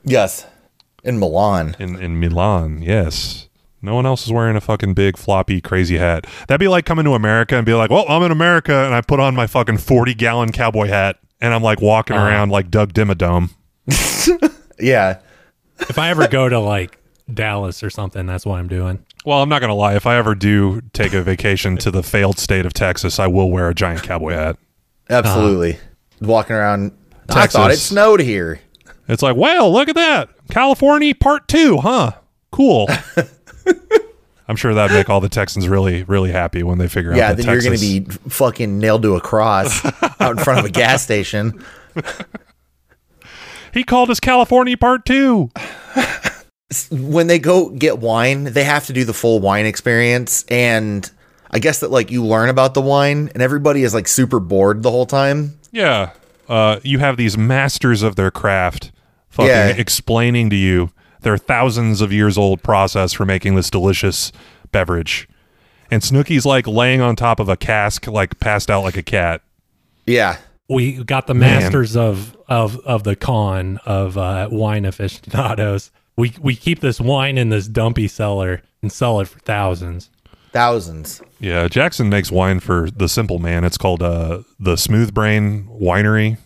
F: Yes. In Milan.
E: in in Milan. Yes. No one else is wearing a fucking big floppy crazy hat. That'd be like coming to America and be like, "Well, I'm in America and I put on my fucking 40 gallon cowboy hat and I'm like walking around like Doug Dimmadome."
F: Yeah.
G: if I ever go to like Dallas or something, that's what I'm doing.
E: Well, I'm not gonna lie. If I ever do take a vacation to the failed state of Texas, I will wear a giant cowboy hat.
F: Absolutely. Walking around. I thought it
E: Texas.
F: snowed here.
E: It's like, well, look at that, California Part Two, huh? Cool. I'm sure that'd make all the Texans really, really happy when they figure
F: Yeah,
E: out that
F: then
E: Texas.
F: you're going to be fucking nailed to a cross out in front of a gas station.
E: he called us California Part Two.
F: When they go get wine, they have to do the full wine experience. And I guess that, like, you learn about the wine, and everybody is, like, super bored the whole time.
E: Yeah. Uh, you have these masters of their craft fucking
F: Yeah.
E: explaining to you their thousands of years old process for making this delicious beverage. And Snooky's like laying on top of a cask, like passed out like a cat.
F: Yeah.
G: We got the
E: Man.
G: masters of of of the con of uh, wine aficionados. We we keep this wine in this dumpy cellar and sell it for thousands.
F: Thousands.
E: Yeah, Jackson makes wine for the simple man. It's called uh, the Smooth Brain Winery.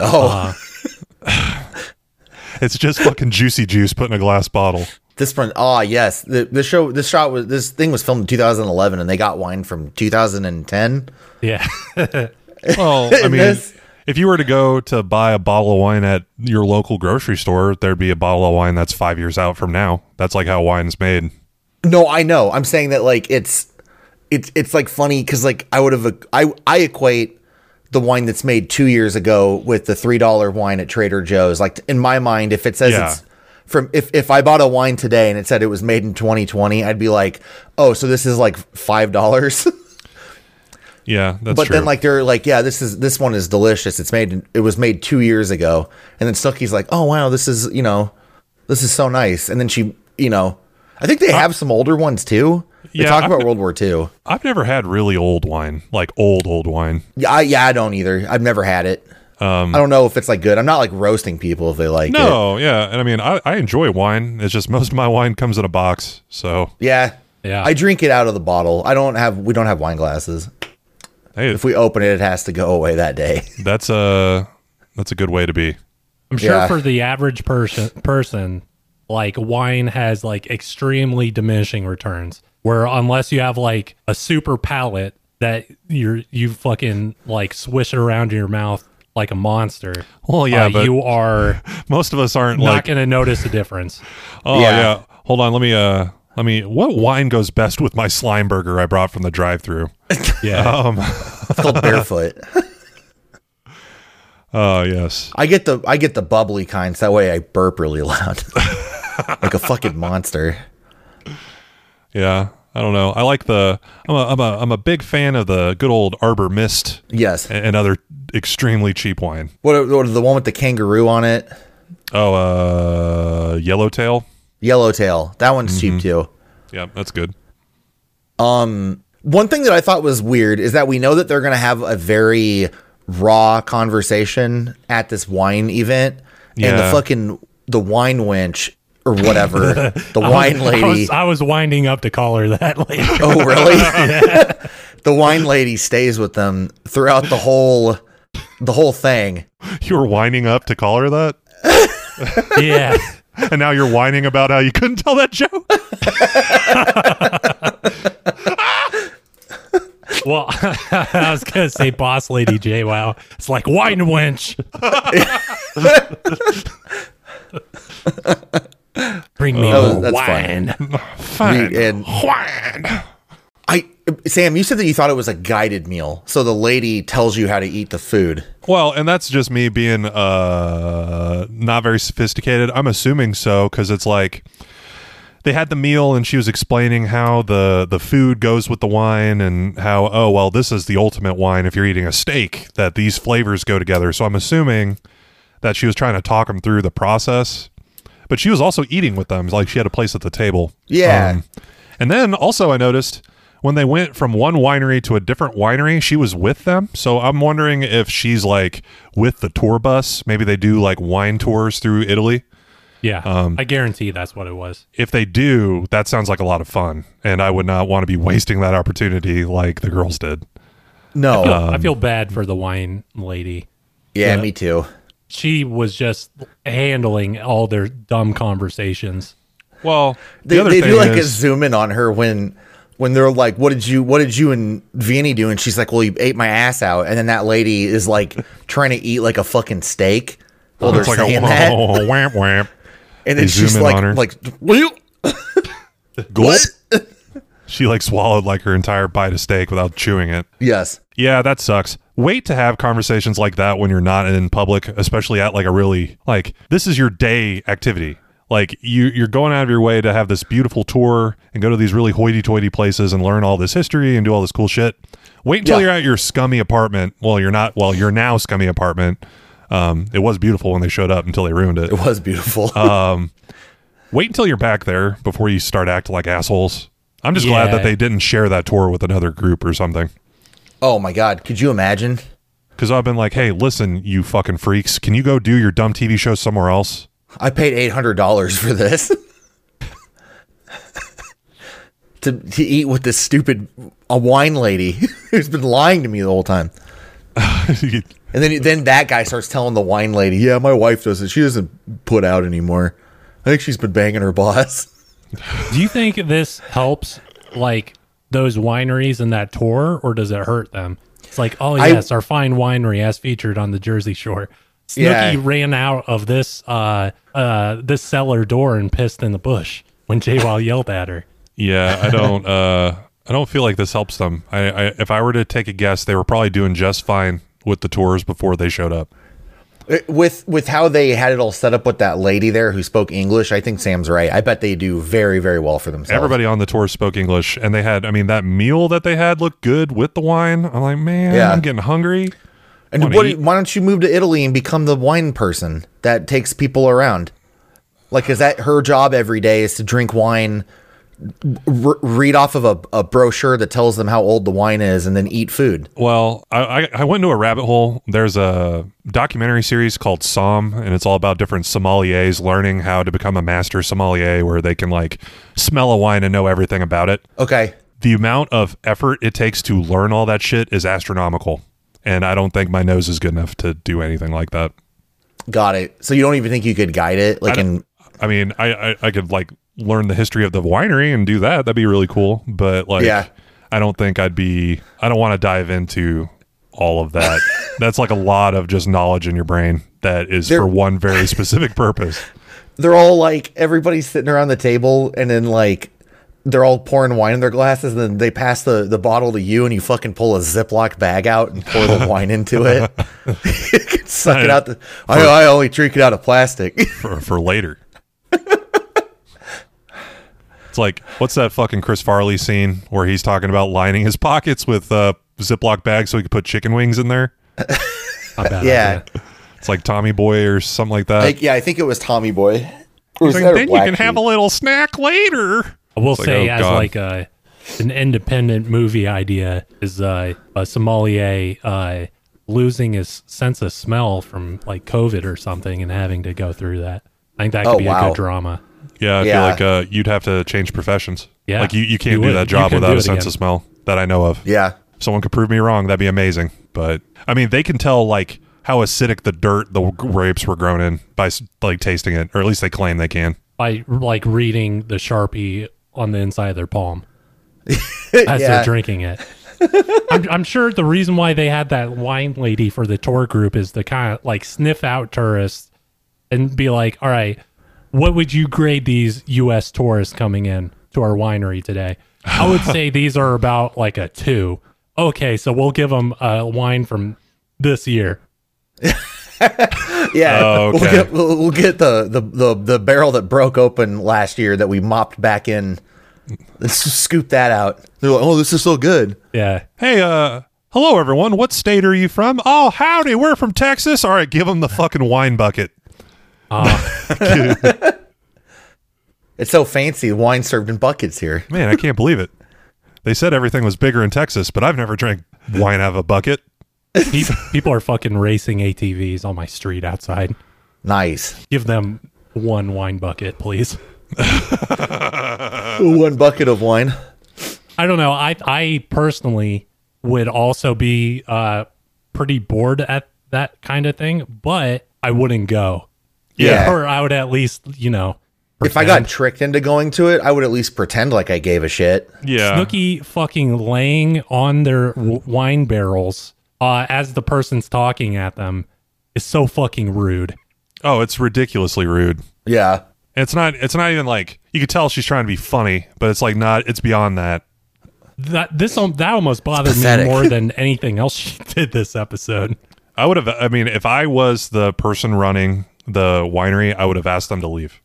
F: Oh.
E: It's just fucking juicy juice put in a glass bottle.
F: This one, ah, yes. The, the show, this shot was, this thing was filmed in 2011 and they got wine from 2010.
G: Yeah,
E: Well, I mean,
F: This-
E: if you were to go to buy a bottle of wine at your local grocery store, there'd be a bottle of wine that's five years out from now. That's like how wine's made.
F: No, I know. I'm saying that like it's, it's, it's like funny because like I would have, I, I equate the wine that's made two years ago with the $3 wine at Trader Joe's. Like in my mind, if it says
E: Yeah.
F: it's from, if, if I bought a wine today and it said it was made in 2020, I'd be like, oh, so this is like $5.
E: Yeah, that's
F: but
E: true.
F: then like they're like, yeah, this is this one is delicious. It's made it was made two years ago, and then Snooki's like, oh wow, this is you know, this is so nice. And then she, you know, I think they have some older ones too. They
E: Uh, yeah,
F: talk
E: I've
F: about
E: got-
F: World War II.
E: I've never had really old wine, like old old wine.
F: Yeah, I, yeah, I don't either. I've never had it. I don't know if it's like good. I'm not like roasting people if they like it.
E: Um, No, yeah, and I mean, I, I enjoy wine. It's just most of my wine comes in a box, so
F: Yeah,
G: Yeah.
F: I drink it out of the bottle. I don't have. We don't have wine glasses.
E: hey,
F: If we open it, it has to go away that day.
E: that's a that's a good way to be.
G: I'm sure
F: Yeah.
G: for the average person, person, like wine has like extremely diminishing returns. Where unless you have like a super palate that you're you fucking like swish it around in your mouth like a monster.
E: Well, yeah,
G: uh,
E: but-
G: you are
E: Most of us aren't
G: not
E: like,
G: gonna notice the difference.
E: oh yeah.
F: Yeah.
E: Hold on, let me uh, let me. What wine goes best with my slime burger I brought from the Um, drive-through?
G: Yeah,
F: It's called barefoot.
E: Oh yes,
F: I get the I get the bubbly kinds. That way I burp really loud, like a fucking monster.
E: yeah. I don't know. I like the. I'm a I'm a I'm a big fan of the good old Arbor Mist
G: Eh.
F: Yes.
E: and, and other extremely cheap wine.
F: What, what the one with the kangaroo on it?
E: Oh, uh, Yellowtail.
F: Yellowtail. That one's cheap
G: Mm-hmm.
F: too.
E: Yeah, that's good.
F: One thing that I thought was weird is that we know that they're going to have a very raw conversation at this wine event, and
E: Yeah.
F: the fucking the wine wench or whatever, the wine lady.
G: I was, I was winding up to call her that later.
F: Oh, really? the wine lady stays with them throughout the whole the whole thing.
E: You were winding up to call her that,
G: yeah,
E: and now you're whining about how you couldn't tell that joke.
G: well, I was gonna say boss lady J. Wow, it's like wine wench. Bring me
F: Oh,
G: more
F: that's
G: wine.
E: Fine.
F: and-
E: Fine.
F: I Sam, you said that you thought it was a guided meal, so the lady tells you how to eat the food.
E: Well, and that's just me being uh not very sophisticated. I'm assuming so cuz it's like they had the meal and she was explaining how the the food goes with the wine and how oh well this is the ultimate wine if you're eating a steak that these flavors go together. So I'm assuming that she was trying to talk them through the process. But she was also eating with them, like she had a place at the table. Um,
F: Yeah.
E: and then also I noticed when they went from one winery to a different winery, she was with them. So I'm wondering if she's like with the tour bus. Maybe they do like wine tours through Italy.
G: Yeah, I guarantee that's what it was.
E: If they do, that sounds like a lot of fun, and I would not want to be wasting that opportunity like the girls did.
F: No,
E: Uh,
G: I feel bad for the wine lady.
F: yeah, me too.
G: She was just handling all their dumb conversations.
E: Well, the
F: They,
E: other
F: they
E: thing
F: do like a
E: is,
F: zoom in on her when when they're like, "What did you What did you and Vianney do?" And she's like, "Well, you ate my ass out." And then that lady is like trying to eat like a fucking steak while they're
E: it's like a
F: saying that,
E: whamp whamp.
F: and then
E: They zoom
F: she's
E: in
F: like,
E: on her.
F: "Like "Will you- what?"
E: She like swallowed like her entire bite of steak without chewing it.
F: Yes.
E: Yeah, that sucks. Wait to have conversations like that when you're not in public, especially at like a really like this is your day activity. Like you you're going out of your way to have this beautiful tour and go to these really hoity-toity places and learn all this history and do all this cool shit. Wait until
F: Yeah.
E: you're at your scummy apartment. Well, you're not. Well, you're now scummy apartment. Um, it was beautiful when they showed up until they ruined it.
F: It was beautiful.
E: Uh, Wait until you're back there before you start acting like assholes. I'm just glad
G: Yeah.
E: that they didn't share that tour with another group or something.
F: oh my god, could you imagine?
E: Because I've been like, hey, listen, you fucking freaks, can you go do your dumb TV show somewhere else?
F: I paid eight hundred dollars for this to to eat with this stupid a wine lady who's been lying to me the whole time. And then then that guy starts telling the wine lady, "Yeah, my wife doesn't. She doesn't put out anymore. I think she's been banging her boss."
G: Do you think this helps like those wineries in that tour, or does it hurt them? It's like, oh
F: I-
G: yes, our fine winery as featured on the Jersey Shore. Snooky
F: Yeah.
G: ran out of this uh uh this cellar door and pissed in the bush when Jay Wall yelled at her.
E: yeah, I don't. Uh, I don't feel like this helps them. I, I, if I were to take a guess, they were probably doing just fine with the tours before they showed up.
F: Uh, With with how they had it all set up with that lady there who spoke English, I think Sam's right. I bet they do very very well for themselves.
E: Everybody on the tour spoke English, and they had. I mean, that meal that they had looked good with the wine. I'm like, man,
F: Yeah.
E: I'm getting hungry.
F: And
E: wanna
F: what,
E: eat.
F: why don't you move to Italy and become the wine person that takes people around? Like, is that her job every day? Is to drink wine, r- read off of a, a brochure that tells them how old the wine is, and then eat food?
E: Well, I, I, I went into a rabbit hole. There's a documentary series called Som, and it's all about different sommeliers learning how to become a master sommelier, where they can like smell a wine and know everything about it.
F: Okay,
E: The amount of effort it takes to learn all that shit is astronomical, and I don't think my nose is good enough to do anything like that.
F: got it. So you don't even think you could guide it? Like,
E: I don't-
F: in
E: I mean, I, I I could like learn the history of the winery and do that. That'd be really cool. But like,
F: Yeah.
E: I don't think I'd be. I don't want to dive into all of that. That's like a lot of just knowledge in your brain that is
F: There-
E: for one very specific purpose.
F: they're all like everybody's sitting around the table, and then like they're all pouring wine in their glasses, and then they pass the the bottle to you, and you fucking pull a Ziploc bag out and pour the wine into it. you can suck it out. The, I, I only drink it out of plastic.
E: for, for later. it's like what's that fucking Chris Farley scene where he's talking about lining his pockets with uh, Ziploc bags so he could put chicken wings in there?
G: Not bad
F: Yeah.
G: idea.
E: Uh, It's like Tommy Boy or something like that.
F: Like, yeah, I think it was Tommy Boy. Or was
E: Like,
F: that a
E: then you
F: Black
E: can have a
F: Sheep?
E: little snack later.
G: I will
E: like,
G: say,
E: oh,
G: as
E: God.
G: like a an independent movie idea, is uh, a sommelier uh, losing his sense of smell from like COVID or something, and having to go through that. I think that could
F: Oh,
G: be a
F: wow.
G: good drama.
E: Yeah, I
F: Yeah.
E: feel like uh, you'd have to change professions.
G: Yeah.
E: like you, you can't
G: You
E: do
G: would. You
E: that job
G: couldn't
E: without
G: do
E: a
G: it
E: sense
G: again.
E: of smell that I know of.
F: Yeah.
E: If someone could prove me wrong, that'd be amazing. But I mean, they can tell like how acidic the dirt the grapes were grown in by s- like tasting it, or at least they claim they can.
G: by like reading the sharpie on the inside of their palm as
F: Yeah.
G: they're drinking it. I'm, I'm sure the reason why they had that wine lady for the tour group is to kind of like sniff out tourists and be like, all right, what would you grade these U.S. tourists coming in to our winery today? I would say these are about like a two. Okay, so we'll give them a wine from this year.
F: Yeah.
E: Oh, okay.
F: We'll get, we'll, we'll get the, the, the, the barrel that broke open last year that we mopped back in. Let's just scoop that out. They're like, oh, this is so good.
G: Yeah.
E: Hey, uh, hello everyone. What state are you from? Oh, howdy, we're from Texas. All right, give them the fucking wine bucket.
F: It's so fancy. Wine served in buckets here.
E: Man, I can't believe it. They said everything was bigger in Texas, but I've never drank wine out of a bucket.
G: Pe- People are fucking racing ATVs on my street outside.
F: Nice.
G: give them one wine bucket, please.
E: Uh,
F: One bucket of wine.
G: I don't know. I I personally would also be uh pretty bored at that kind of thing, but I wouldn't go.
F: Yeah.
G: Or I would at least, you know,
F: If I got tricked into going to it, I would at least pretend like I gave a shit.
E: Yeah.
G: Snooky fucking laying on their w- wine barrels uh as the person's talking at them is so fucking rude.
E: Oh, it's ridiculously rude.
F: Yeah.
E: It's not. It's not even like you could tell she's trying to be funny, but it's like not. It's beyond that.
G: That this al- that almost bothered me
F: pathetic.
G: more than anything else she did this episode.
E: I would have. I mean, if I was the person running the winery, I would have asked them to leave.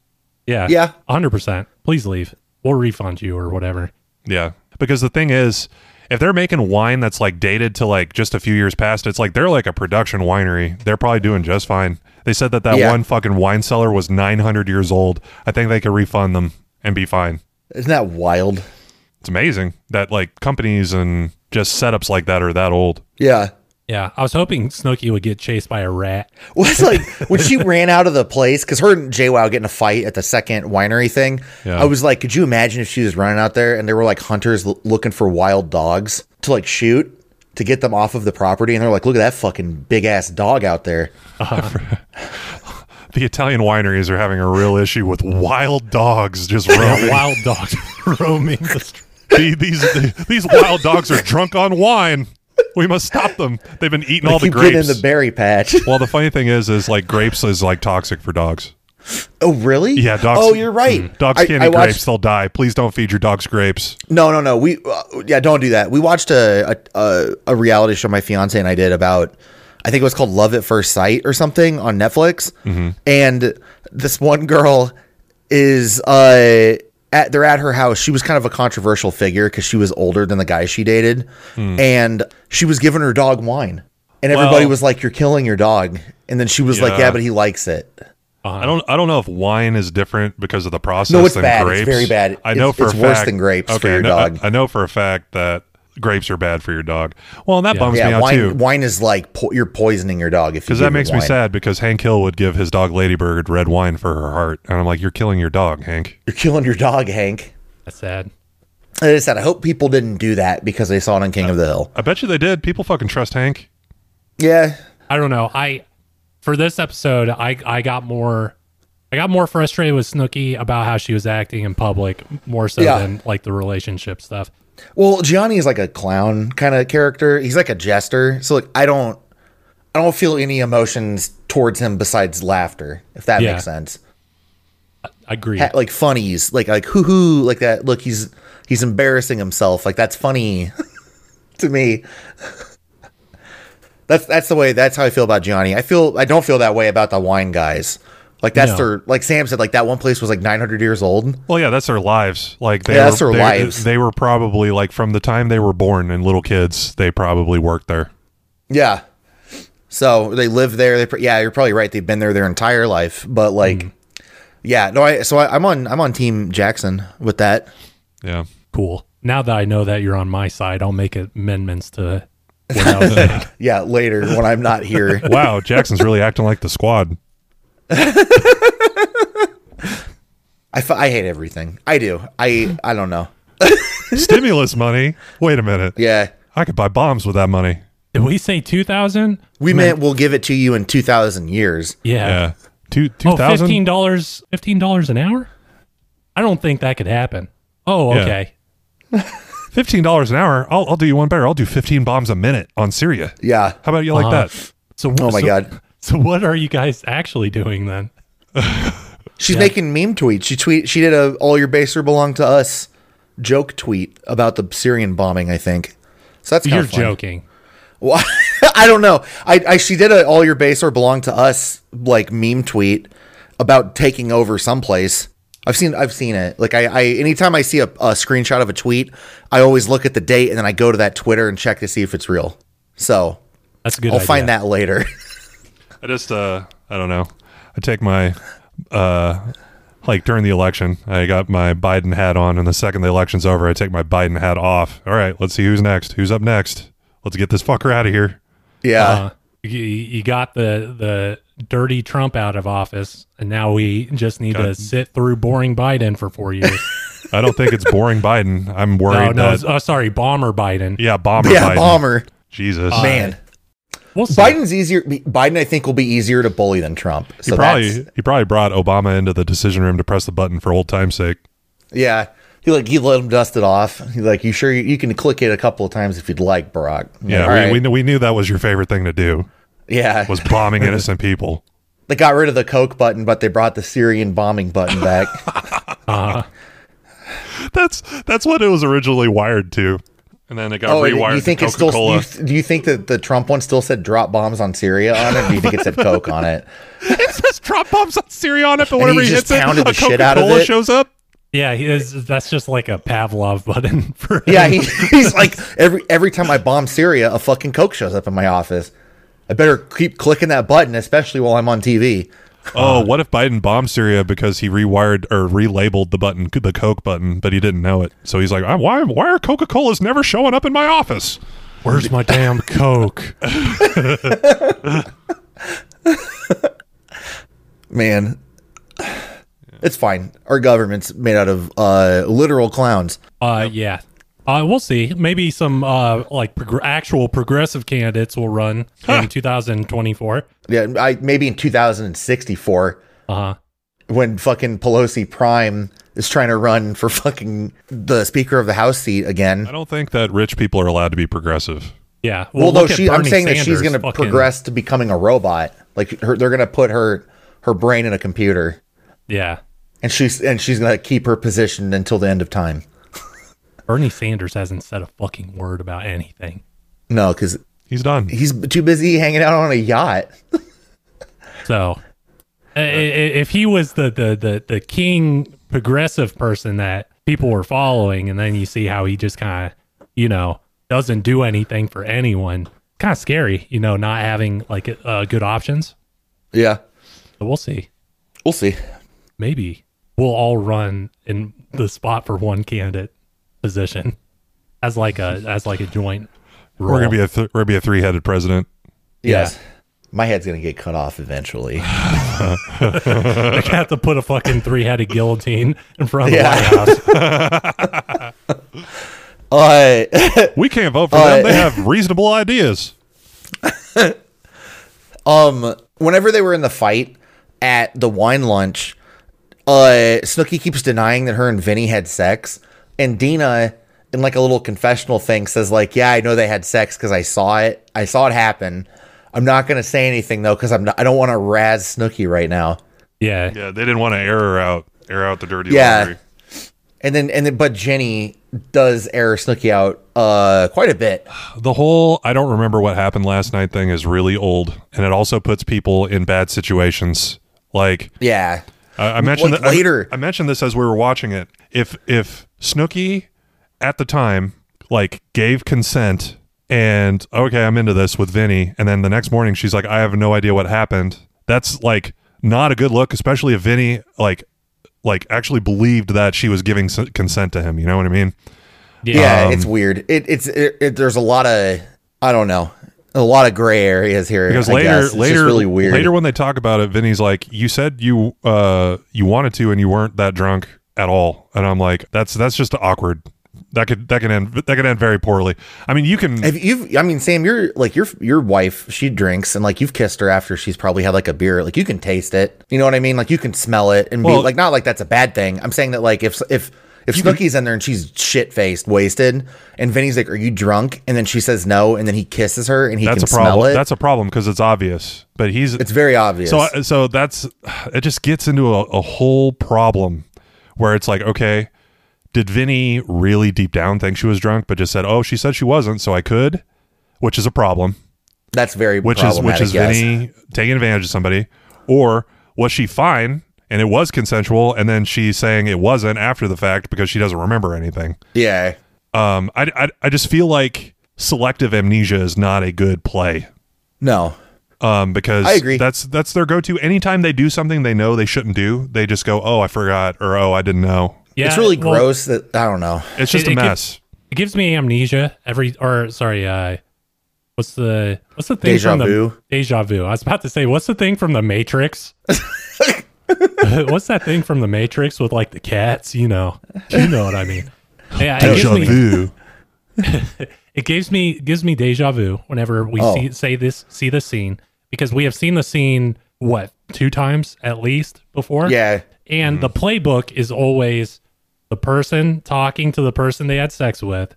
G: Yeah.
F: Yeah.
G: 100%. Please leave. We'll refund you or whatever.
E: Yeah, because the thing is, if they're making wine that's like dated to like just a few years past, it's like they're like a production winery. They're probably doing just fine. They said that that
F: Yeah.
E: one fucking wine cellar was 900 years old. I think they could refund them and be fine.
F: Isn't that wild?
E: It's amazing that like companies and just setups like that are that old.
F: Yeah.
G: Yeah, I was hoping Snooky would get chased by a rat.
F: was like when she ran out of the place because her and JWoww get in a fight at the second winery thing.
E: Yeah.
F: I was like, could you imagine if she was running out there and there were like hunters l- looking for wild dogs to like shoot to get them off of the property? And they're like, look at that fucking big ass dog out there.
E: The Italian wineries are having a real issue with wild dogs just roaming.
G: Wild dog roaming the street.
E: The- these these wild dogs are drunk on wine. We must stop them. They've been eating all the
F: Keep getting in
E: grapes.
F: the berry patch.
E: well, the funny thing is, is like grapes is like toxic for dogs.
F: oh, really?
E: Yeah, dogs.
F: Oh, you're right.
E: Mm. Dogs
F: I-
E: can't
F: I
E: eat grapes;
F: watched-
E: they'll die. Please don't feed your dogs grapes.
F: No, no, no. We uh, yeah, don't do that. We watched a a, a, a reality show my fiance and I did about I think it was called Love at First Sight or something on Netflix.
E: Mm-hmm.
F: And this one girl is uh at they're at her house. She was kind of a controversial figure because she was older than the guy she dated, and she was giving her dog wine, and everybody
E: Hmm. Well-
F: was like, "You're killing your dog," and then she was like,
E: Yeah.
F: "Yeah, but he likes it."
E: I don't. I don't know if wine is different because of the process.
F: No, it's
E: than
F: bad. It's
E: Grapes.
F: very bad.
E: I know
F: It's-
E: for
F: it's
E: a
F: worse
E: fact-
F: than grapes for
E: I
F: your
E: know,
F: dog.
E: I, I know for a fact that grapes are bad for your dog. Well, and that
G: Yeah.
E: bums me
F: Yeah,
E: out too.
F: wine wine is like po- you're poisoning your dog if you
E: because
F: give
E: that
F: him
E: makes me
F: wine.
E: sad because Hank Hill would give his dog Ladybird red wine for her heart. And I'm like, you're killing your dog, Hank.
F: You're killing your dog, Hank.
G: That's sad.
F: Like I said, I hope people didn't do that because they saw it on King of the Hill.
E: I bet you they did. People fucking trust Hank.
F: Yeah,
G: I don't know. I for this episode, I I got more I got more frustrated with Snooky about how she was acting in public more so
F: Yeah.
G: than like the relationship stuff.
F: Well, Gianni is like a clown kind of character. He's like a jester. So like I don't I don't feel any emotions towards him besides laughter, if that
G: Yeah.
F: makes sense.
G: Agreed.
F: Ha- like funnies, like like hoo hoo, like that. Look, he's he's embarrassing himself. Like that's funny to me. that's that's the way. That's how I feel about Gianni. I feel I don't feel that way about the wine guys. Like that's
G: No.
F: their like Sam said. Like that one place was like 900 years old.
E: Well, yeah, that's their lives. Like they were,
F: Yeah, that's their
E: they,
F: lives.
E: They were probably like from the time they were born and little kids, they probably worked there.
F: Yeah. So they live there. They pr- yeah, you're probably right. They've been there their entire life, but like, yeah, no. I so I, I'm on I'm on Team Jackson with that.
E: Yeah.
G: cool. Now that I know that you're on my side, I'll make amendments to what I was saying.
F: Yeah, later when I'm not here.
E: Wow, Jackson's really acting like the squad.
F: I, f- I hate everything. I do. I I don't know.
E: Stimulus money. Wait a minute.
F: Yeah,
E: I could buy bombs with that money.
G: Did we say 2000?
F: we meant we'll give it to you in 2,000 years.
G: Yeah.
E: Yeah. Two two
G: Oh,
E: thousand.
G: fifteen dollars, fifteen dollars an hour. I don't think that could happen. Oh,
E: Yeah.
G: okay.
E: Fifteen dollars an hour. I'll, I'll do you one better. I'll do fifteen bombs a minute on Syria.
F: Yeah.
E: How about you like
G: Uh-huh.
E: that?
G: So,
F: Oh my
G: so-
F: God.
G: So, what are you guys actually doing then?
F: She's making meme tweets. She tweet. She did a "All your baser belong to us" joke tweet about the Syrian bombing. I think. So that's kind
G: You're
F: of fun.
G: joking.
F: Well, I don't know. I, I she did a all your base or belong to us like meme tweet about taking over someplace. I've seen I've seen it. Like I, I anytime I see a, a screenshot of a tweet, I always look at the date and then I go to that Twitter and check to see if it's real. So
G: That's a good.
F: I'll
G: idea.
F: find that later.
E: I just uh I don't know. I take my uh like during the election, I got my Biden hat on, and the second the election's over, I take my Biden hat off. All right, let's see who's next. Who's up next? Let's get this fucker out of here.
F: yeah.
E: Uh-huh.
G: Uh, you, you got the the dirty Trump out of office, and now we just need to sit through boring Biden for four years.
E: I don't think it's boring Biden. I'm
G: no,
E: worried
G: no,
E: that
G: oh, sorry, bomber Biden.
E: yeah, bomber.
F: yeah,
E: Biden.
F: bomber.
E: Jesus,
F: Man.
G: We'll see.
F: Biden's easier Biden I think will be easier to bully than Trump.
E: He
F: So
E: probably
F: that's
E: he probably brought Obama into the decision room to press the button for old time's sake.
F: yeah. He like he let him dust it off. He like you sure you, you can click it a couple of times if you'd like, Barack.
E: Yeah,
F: All
E: we,
F: right.
E: we knew we knew that was your favorite thing to do
F: yeah.
E: was bombing innocent people.
F: They got rid of the Coke button, but they brought the Syrian bombing button back.
E: That's that's what it was originally wired to, and then it got
F: oh,
E: rewired.
F: you think
E: to
F: it's still? Do
E: Coca-Cola.
F: you, do you think that the Trump one still said "drop bombs on Syria" on it? Or do you think it said Coke on it?
E: it says drop bombs on Syria on it, but whenever
F: he
E: he,
F: just
E: hits it,
F: pounded
E: a
F: the shit out of
E: Coca-Cola
F: it.
E: shows up.
G: yeah, he is, that's just like a Pavlov button for him.
F: Yeah, he, he's like every every time I bomb Syria, a fucking Coke shows up in my office. I better keep clicking that button, especially while I'm on TV.
E: Oh, what if Biden bombed Syria because he rewired or relabeled the button, the Coke button, but he didn't know it? So he's like, "I- why why are Coca Cola's never showing up in my office?
G: Where's my damn Coke?
F: Man, it's fine. Our government's made out of uh, literal clowns.
G: Uh, yeah. Uh, we'll see. Maybe some uh, like prog- actual progressive candidates will run in 2024.
F: Yeah, I maybe in 2064.
G: Uh-huh.
F: when fucking Pelosi Prime is trying to run for fucking the Speaker of the House seat again.
E: I don't think that rich people are allowed to be progressive.
G: Yeah.
F: Well, no,
G: look at
F: she, I'm
G: Bernie
F: saying that she's
G: Sanders
F: going to
G: fucking-
F: progress to becoming a robot. Like her, they're going to put her her brain in a computer,
G: Yeah.
F: and she's and she's going to keep her position until the end of time.
G: Bernie Sanders hasn't said a fucking word about anything.
F: No, because
E: He's He's done.
F: He's too busy hanging out on a yacht.
G: So, i- i- if he was the, the the the king progressive person that people were following, and then you see how he just kind of, you know, doesn't do anything for anyone, kind of scary, you know, not having like uh, good options.
F: Yeah,
G: But we'll see.
F: we'll see.
G: Maybe we'll all run in the spot for one candidate position as like a as like a joint.
E: We're gonna
G: role.
E: be a th- we're gonna be a three headed president.
F: Yes, my head's gonna get cut off eventually.
G: I have to put a fucking three headed guillotine in front of
F: Yeah.
G: the White House.
F: Uh,
E: We can't vote for
F: Uh,
E: them. They have reasonable ideas.
F: um, whenever they were in the fight at the wine lunch, uh, Snooki keeps denying that her and Vinny had sex, and Dina, in like a little confessional thing, says like, "Yeah, I know they had sex because I saw it. I saw it happen. I'm not gonna say anything though because I'm not, I don't want to razz Snooki right now."
G: Yeah.
E: Yeah, they didn't want to air her out, air out the dirty
F: Yeah.
E: laundry.
F: And then and then, but Jenny does air Snooki out uh quite a bit.
E: The whole I don't remember what happened last night thing is really old, and it also puts people in bad situations. Like
F: Yeah,
E: I, I mentioned
F: Like
E: that- I-
F: later.
E: I, mentioned this as we were watching it. If if Snooky at the time like gave consent and okay, I'm into this with Vinny, and then the next morning she's like, I have no idea what happened. That's like not a good look, especially if Vinny like like actually believed that she was giving s- consent to him. You know what I mean?
F: yeah, it's weird. It, it's it, it, there's a lot of I don't know, a lot of gray areas here.
E: because
F: I guess.
E: later
F: It's just
E: later
F: really weird.
E: later when they talk about it vinny's like you said you uh you wanted to and you weren't that drunk at all and i'm like that's that's just awkward that could that can end that could end very poorly i mean you can
F: Have you? I mean, Sam, you're like your your wife. She drinks, and like you've kissed her after she's probably had like a beer. Like you can taste it. You know what I mean? Like you can smell it, and
E: Well-
F: be like not like that's a bad thing. I'm saying that like if if if Snooky's in there and she's shit faced, wasted, and Vinny's like, "Are you drunk?" and then she says no, and then he kisses her, and he
E: that's a
F: can smell
E: problem
F: it.
E: that's a problem because it's obvious but he's
F: it's very obvious.
E: so uh, I- so that's it just gets into a, a whole problem where it's like okay did vinny really deep down think she was drunk but just said oh she said she wasn't so i could which is a problem
F: that's very
E: which is which is
F: yes.
E: Vinny taking advantage of somebody, or was she fine and it was consensual, and then she's saying it wasn't after the fact because she doesn't remember anything.
F: Yeah.
E: Um, I I, I just feel like selective amnesia is not a good play.
F: No.
E: Um, because
F: I agree.
E: that's that's their go-to. Anytime they do something they know they shouldn't do, they just go, "Oh, I forgot," or "Oh, I didn't know."
G: Yeah.
F: it's really
G: well,
F: gross that I don't know.
E: It's just
G: It-
E: a
G: it gi-
E: mess.
G: It gives me amnesia every or sorry, uh what's the what's the thing
F: Deja
G: from the
F: vu?
G: deja vu. I was about to say, what's the thing from the Matrix? what's that thing from the Matrix with like the cats, you know. You know what I mean. Yeah, it gives me
E: vu.
G: it gives me gives me deja vu whenever we
F: Oh.
G: see say this see this scene because we have seen the scene what two times at least before
F: Yeah.
G: and the playbook is always the person talking to the person they had sex with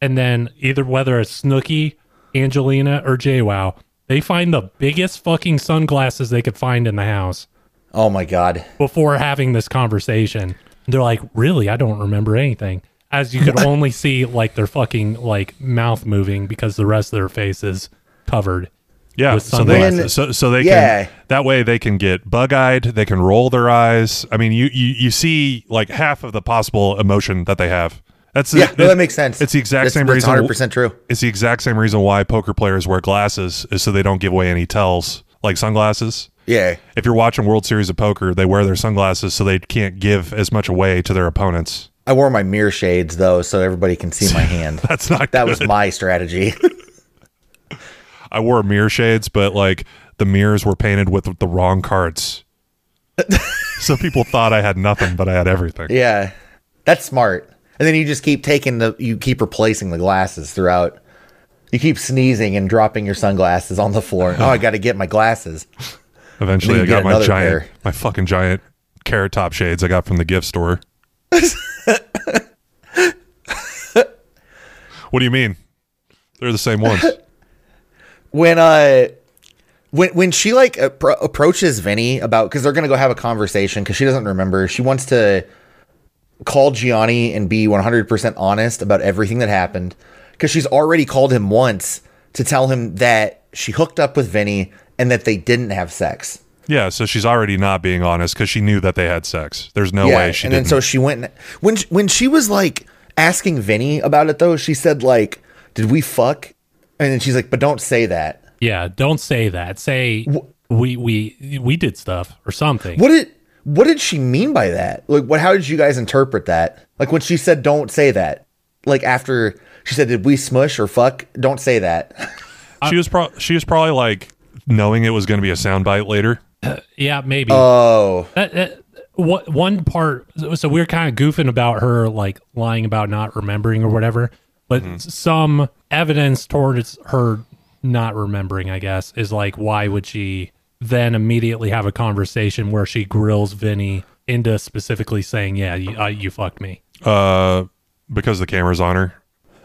G: and then either whether it's snooky angelina or jwow they find the biggest fucking sunglasses they could find in the house
F: Oh my god.
G: before having this conversation. They're like, really? I don't remember anything. As you could only see like their fucking like mouth moving because the rest of their face is covered.
E: Yeah,
G: with
E: so they
F: sunglasses.
E: so, so they
F: Yeah.
E: can that way they can get bug eyed, they can roll their eyes. I mean, you you, you see like half of the possible emotion that they have. That's
F: Yeah, no, that makes sense.
E: It's the exact
F: That's-
E: same
F: that's
E: reason.
F: 100% true.
E: It's the exact same reason why poker players wear glasses is so they don't give away any tells like sunglasses.
F: Yeah.
E: If you're watching World Series of Poker, they wear their sunglasses so they can't give as much away to their opponents.
F: I wore my mirror shades though, so everybody can see my hand.
E: That's not
F: that
E: good.
F: was my strategy.
E: I wore mirror shades, but like the mirrors were painted with the wrong cards. so people thought I had nothing, but I had everything.
F: yeah. That's smart. And then you just keep taking the you keep replacing the glasses throughout. You keep sneezing and dropping your sunglasses on the floor. Oh, I got to get my glasses.
E: Eventually, I
F: Then you
E: got
F: get
E: my
F: another
E: giant,
F: pair.
E: my fucking giant carrot top shades I got from the gift store. what do you mean? They're the same ones.
F: when uh when when she like appro- approaches Vinny about because they're gonna go have a conversation because she doesn't remember she wants to call Gianni and be 100 percent honest about everything that happened because she's already called him once to tell him that she hooked up with Vinny and that they didn't have sex.
E: Yeah, so she's already not being honest because she knew that they had sex. There's no way she
F: and
E: didn't.
F: then so she went when sh- when she was like asking Vinny about it though, she said like, "Did we fuck?" And then she's like, "But don't say that."
G: Yeah, don't say that. Say we we we did stuff or something.
F: What did what did she mean by that? Like, what? How did you guys interpret that? Like when she said, "Don't say that." Like after she said, "Did we smush or fuck?" Don't say that.
E: she was pro- she was probably like knowing it was going to be a soundbite later.
G: Yeah, maybe.
F: Oh,
G: That- that- what one part? so- So we are kind of goofing about her like lying about not remembering or whatever, but
F: Mm-hmm.
G: some evidence towards her not remembering, I guess, is like why would she then immediately have a conversation where she grills Vinny into specifically saying, "Yeah, you, uh, you fucked me."
E: Uh, because the camera's on her.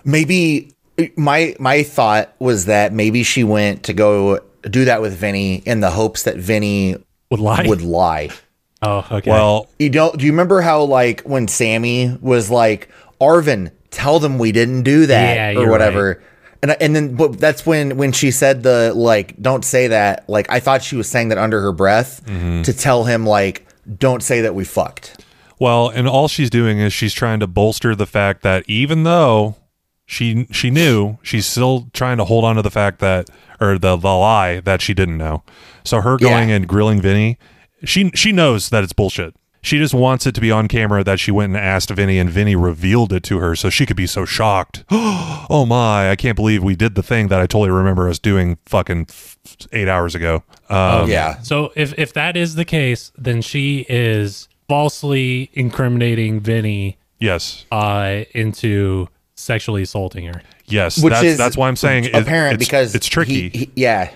F: maybe my my thought was that maybe she went to go do that with Vinny in the hopes that Vinny
G: Would lie.
F: would lie.
G: oh, okay.
E: Well,
F: You don't do you remember how like when Sammy was like Arvin, tell them we didn't do that
G: Yeah,
F: or
G: you're
F: whatever. And, I- and then but that's when when she said the like don't say that like I thought she was saying that under her breath
E: Mm-hmm.
F: to tell him like don't say that we fucked.
E: Well, and all she's doing is she's trying to bolster the fact that even though she she knew, she's still trying to hold on to the fact that or the, the lie that she didn't know. So her
F: Yeah.
E: going and grilling Vinny, she she knows that it's bullshit. She just wants it to be on camera that she went and asked Vinny and Vinny revealed it to her so she could be so shocked. oh my, I can't believe we did the thing that I totally remember us doing fucking f- 8 hours ago. Um,
F: yeah.
G: So if if that is the case, then she is falsely incriminating Vinny
E: Yes.
G: uh, into sexually assaulting her.
E: Yes.
F: Which
E: that's
F: is
E: that's why I'm saying it-
F: apparent
E: it's-
F: because
E: it's tricky.
F: he- he- yeah.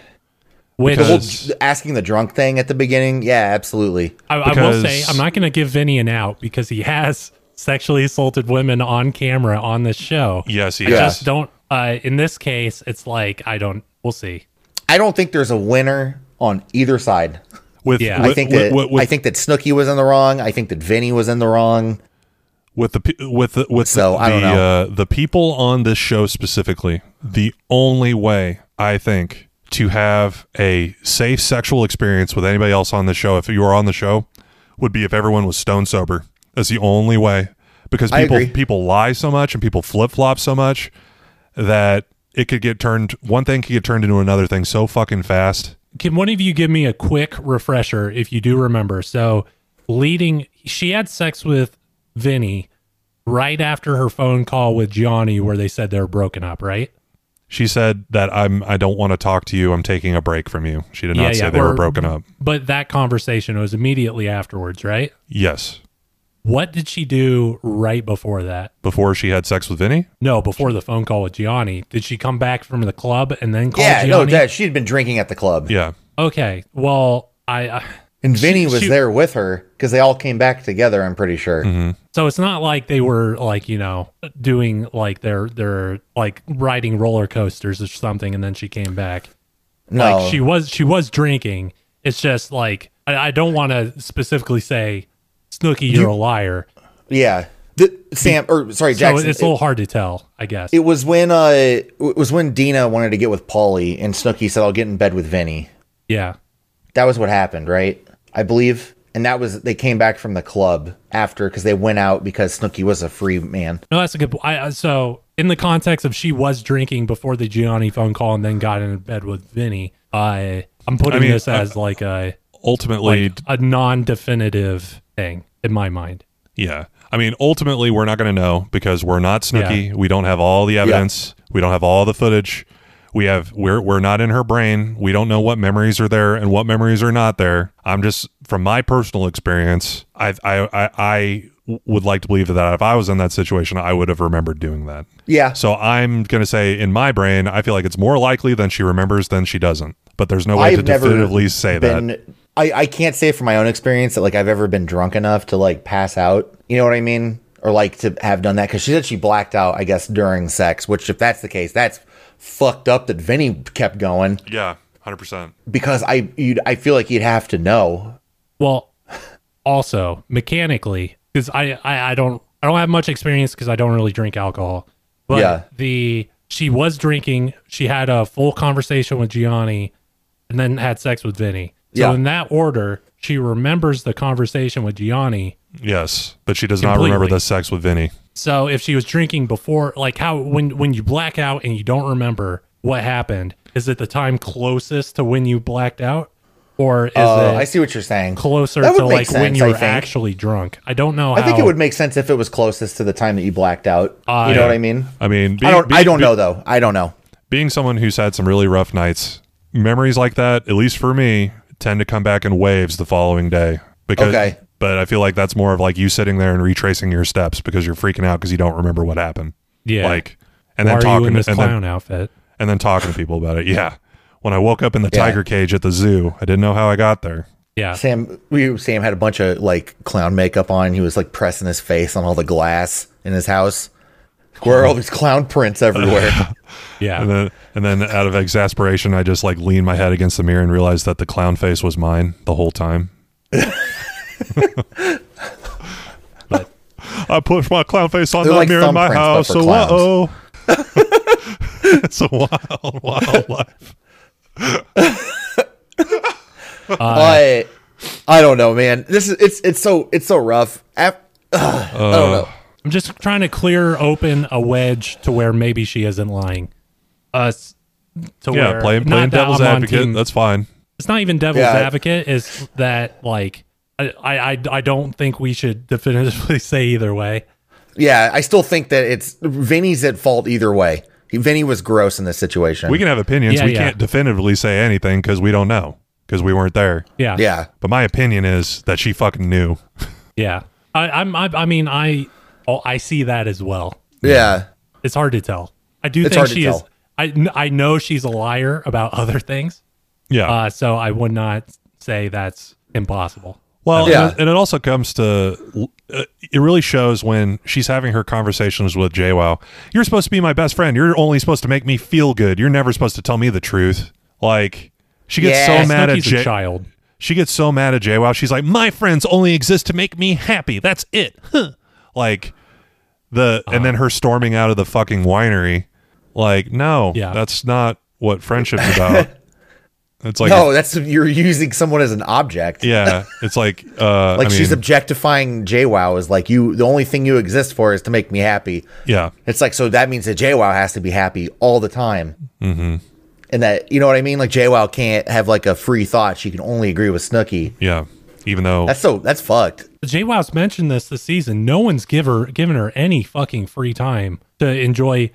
G: Which
F: The whole
E: Because-
F: asking the drunk thing at the beginning. Yeah, absolutely.
G: I, I will say,
E: because-
G: I'm not going to give Vinny an out because he has sexually assaulted women on camera on this show.
E: Yes, he
G: I
E: has.
G: just don't. Uh, in this case, it's like I don't. We'll see.
F: I don't think there's a winner on either side.
E: With,
G: Yeah.
E: with,
F: I think
E: with,
F: that
E: with, with,
F: I think that Snooky was in the wrong. I think that Vinny was in the wrong.
E: with the pe- with the, with
F: So,
E: the,
F: I don't
E: the,
F: know.
E: Uh, the people on this show specifically, the only way I think to have a safe sexual experience with anybody else on the show, if you were on the show, would be if everyone was stone sober. That's the only way because
F: I
E: people
F: agree.
E: people lie so much and people flip flop so much that it could get turned one thing could get turned into another thing so fucking fast.
G: Can one of you give me a quick refresher if you do remember? So, leading, she had sex with Vinny right after her phone call with Johnny, where they said they were broken up, right?
E: She said that I'm I don't want to talk to you. I'm taking a break from you. She did not
G: Yeah,
E: say
G: yeah,
E: they were
G: or-
E: broken up.
G: But that conversation was immediately afterwards, right?
E: Yes.
G: What did she do right before that?
E: Before she had sex with Vinny?
G: No, before the phone call with Gianni. Did she come back from the club and then call
F: Yeah, no,
G: Gianni?
F: that she had been drinking at the club,
E: Yeah.
G: okay. Well, I, I
F: and Vinny was
G: she- Mm-hmm.
F: there with her because they all came back together. I'm pretty sure.
G: so it's not like they were like, you know, doing like their their like riding roller coasters or something and then she came back.
F: No,
G: Like she was she was drinking. It's just like I, I don't want to specifically say Snooky, you're a liar.
F: yeah, the, Sam or sorry,
G: So
F: Jackson.
G: it's a
F: it,
G: little hard to tell, I guess.
F: it was when uh, it was when Dina wanted to get with Paulie, and Snooky said, "I'll get in bed with Vinny."
G: yeah.
F: That was what happened, right? I believe, and that was they came back from the club after because they went out because Snooky was a free man.
G: No, that's a good point. I, I- so, in the context of she was drinking before the Gianni phone call and then got in bed with Vinny, I I'm putting
E: I mean,
G: this as like a
E: Ultimately,
G: like a non-definitive thing in my mind.
E: yeah. I mean, ultimately, we're not going to know because we're not Snooky.
G: Yeah.
E: We don't have all the evidence. We don't have all the footage. We have we're we're not in her brain. We don't know what memories are there and what memories are not there. I'm just from my personal experience. I've, I I I w- would like to believe that if I was in that situation, I would have remembered doing that.
F: Yeah,
E: So I'm going to say in my brain, I feel like it's more likely than she remembers than she doesn't. But there's no way to definitively say
F: been,
E: that.
F: I, I can't say from my own experience that like I've ever been drunk enough to like pass out. You know what I mean? Or like to have done that because she said she blacked out. I guess during sex, which if that's the case, that's fucked up. That Vinny kept going
E: Yeah, 100%.
F: because I you'd I feel like you'd have to know.
G: Well, also mechanically, because I, I I don't I don't have much experience because I don't really drink alcohol, but
F: Yeah.
G: the she was drinking. She had a full conversation with Gianni and then had sex with Vinny. So
F: Yeah.
G: in that order, she remembers the conversation with Gianni.
E: Yes, but she does not remember
G: Completely.
E: the sex with Vinny.
G: So if she was drinking before, like how when when you black out and you don't remember what happened, is it the time closest to when you blacked out, or is
F: Uh,
G: it
F: I see what you're saying.
G: closer
F: That would
G: to
F: make
G: like when
F: sense,
G: you
F: I
G: were
F: think.
G: actually drunk? I don't know.
F: I think it
G: how-
F: would make sense if it was closest to the time that you blacked out.
G: I-
F: you know what I mean?
E: I mean,
F: I
E: being-
F: don't. I
E: being-
F: don't know though. I don't know.
E: being someone who's had some really rough nights, memories like that, at least for me, tend to come back in waves the following day. Because,
F: Okay.
E: But I feel like that's more of like you sitting there and retracing your steps because you're freaking out because you don't remember what happened.
G: Yeah.
E: Like, and
G: Why
E: then
G: are
E: talking
G: you in
E: to-
G: this
E: and,
G: clown
E: then,
G: outfit?
E: and then talking to people about it. Yeah. When I woke up in the
F: Yeah.
E: tiger cage at the zoo, I didn't know how I got there.
G: Yeah.
F: Sam, we Sam had a bunch of like clown makeup on. He was like pressing his face on all the glass in his house. Where are all these clown prints everywhere?
G: Yeah.
E: And then, and then out of exasperation, I just like leaned my head against the mirror and realized that the clown face was mine the whole time.
G: But-
E: I pushed my clown face on
F: They're
E: that
F: like
E: mirror in my
F: thumbprints,
E: house.
F: but for
E: So,
F: clowns.
E: uh-oh. it's a wild, wild life.
F: but I don't know, man. This is it's it's so it's so rough. Af- Ugh, I don't know.
G: I'm just trying to clear open a wedge to where maybe she isn't lying. Us to
E: Yeah,
G: where
E: playing,
G: not
E: playing
G: that
E: devil's
G: I'm on
E: advocate.
G: team-
E: That's fine.
G: it's not even devil's
F: Yeah.
G: advocate. Is that like I, I I- I don't think we should definitively say either way.
F: Yeah, I still think that it's Vinny's at fault either way. He- Vinny was gross in this situation.
E: We can have opinions.
G: Yeah,
E: we
G: yeah.
E: can't definitively say anything because we don't know because we weren't there.
G: Yeah.
F: yeah,
E: But my opinion is that she fucking knew.
G: Yeah. I I'm, I, I mean I oh, I see that as well.
F: yeah.
G: It's hard to tell. I do
F: It's
G: think
F: hard to
G: she is.
F: tell.
G: I kn- I know she's a liar about other things.
E: Yeah.
G: Uh, so I would not say that's impossible.
E: Well,
F: Yeah.
E: and, it, and it also comes to uh, it really shows when she's having her conversations with JWoww. You're supposed to be my best friend. You're only supposed to make me feel good. You're never supposed to tell me the truth. Like she gets
F: Yeah.
E: so
F: Snooki's
E: mad at
G: Snooki's a
E: J-
G: child.
E: she gets so mad at JWoww. She's like, my friends only exist to make me happy. That's it. Huh. Like the and
G: Uh-huh.
E: then her storming out of the fucking winery. Like no,
G: Yeah.
E: that's not what friendship's about. it's like
F: no, that's you're using someone as an object.
E: yeah, it's like uh,
F: Like
E: I
F: she's
E: mean,
F: objectifying JWoww is like you. The only thing you exist for is to make me happy.
E: yeah.
F: It's like so that means that JWoww has to be happy all the time, mm-hmm. and that you know what I mean. Like JWoww can't have like a free thought. She can only agree with Snooky.
E: Yeah. Even though
F: That's so that's fucked.
G: Jay Wow's mentioned this this season. No one's give her, given her any fucking free time to enjoy.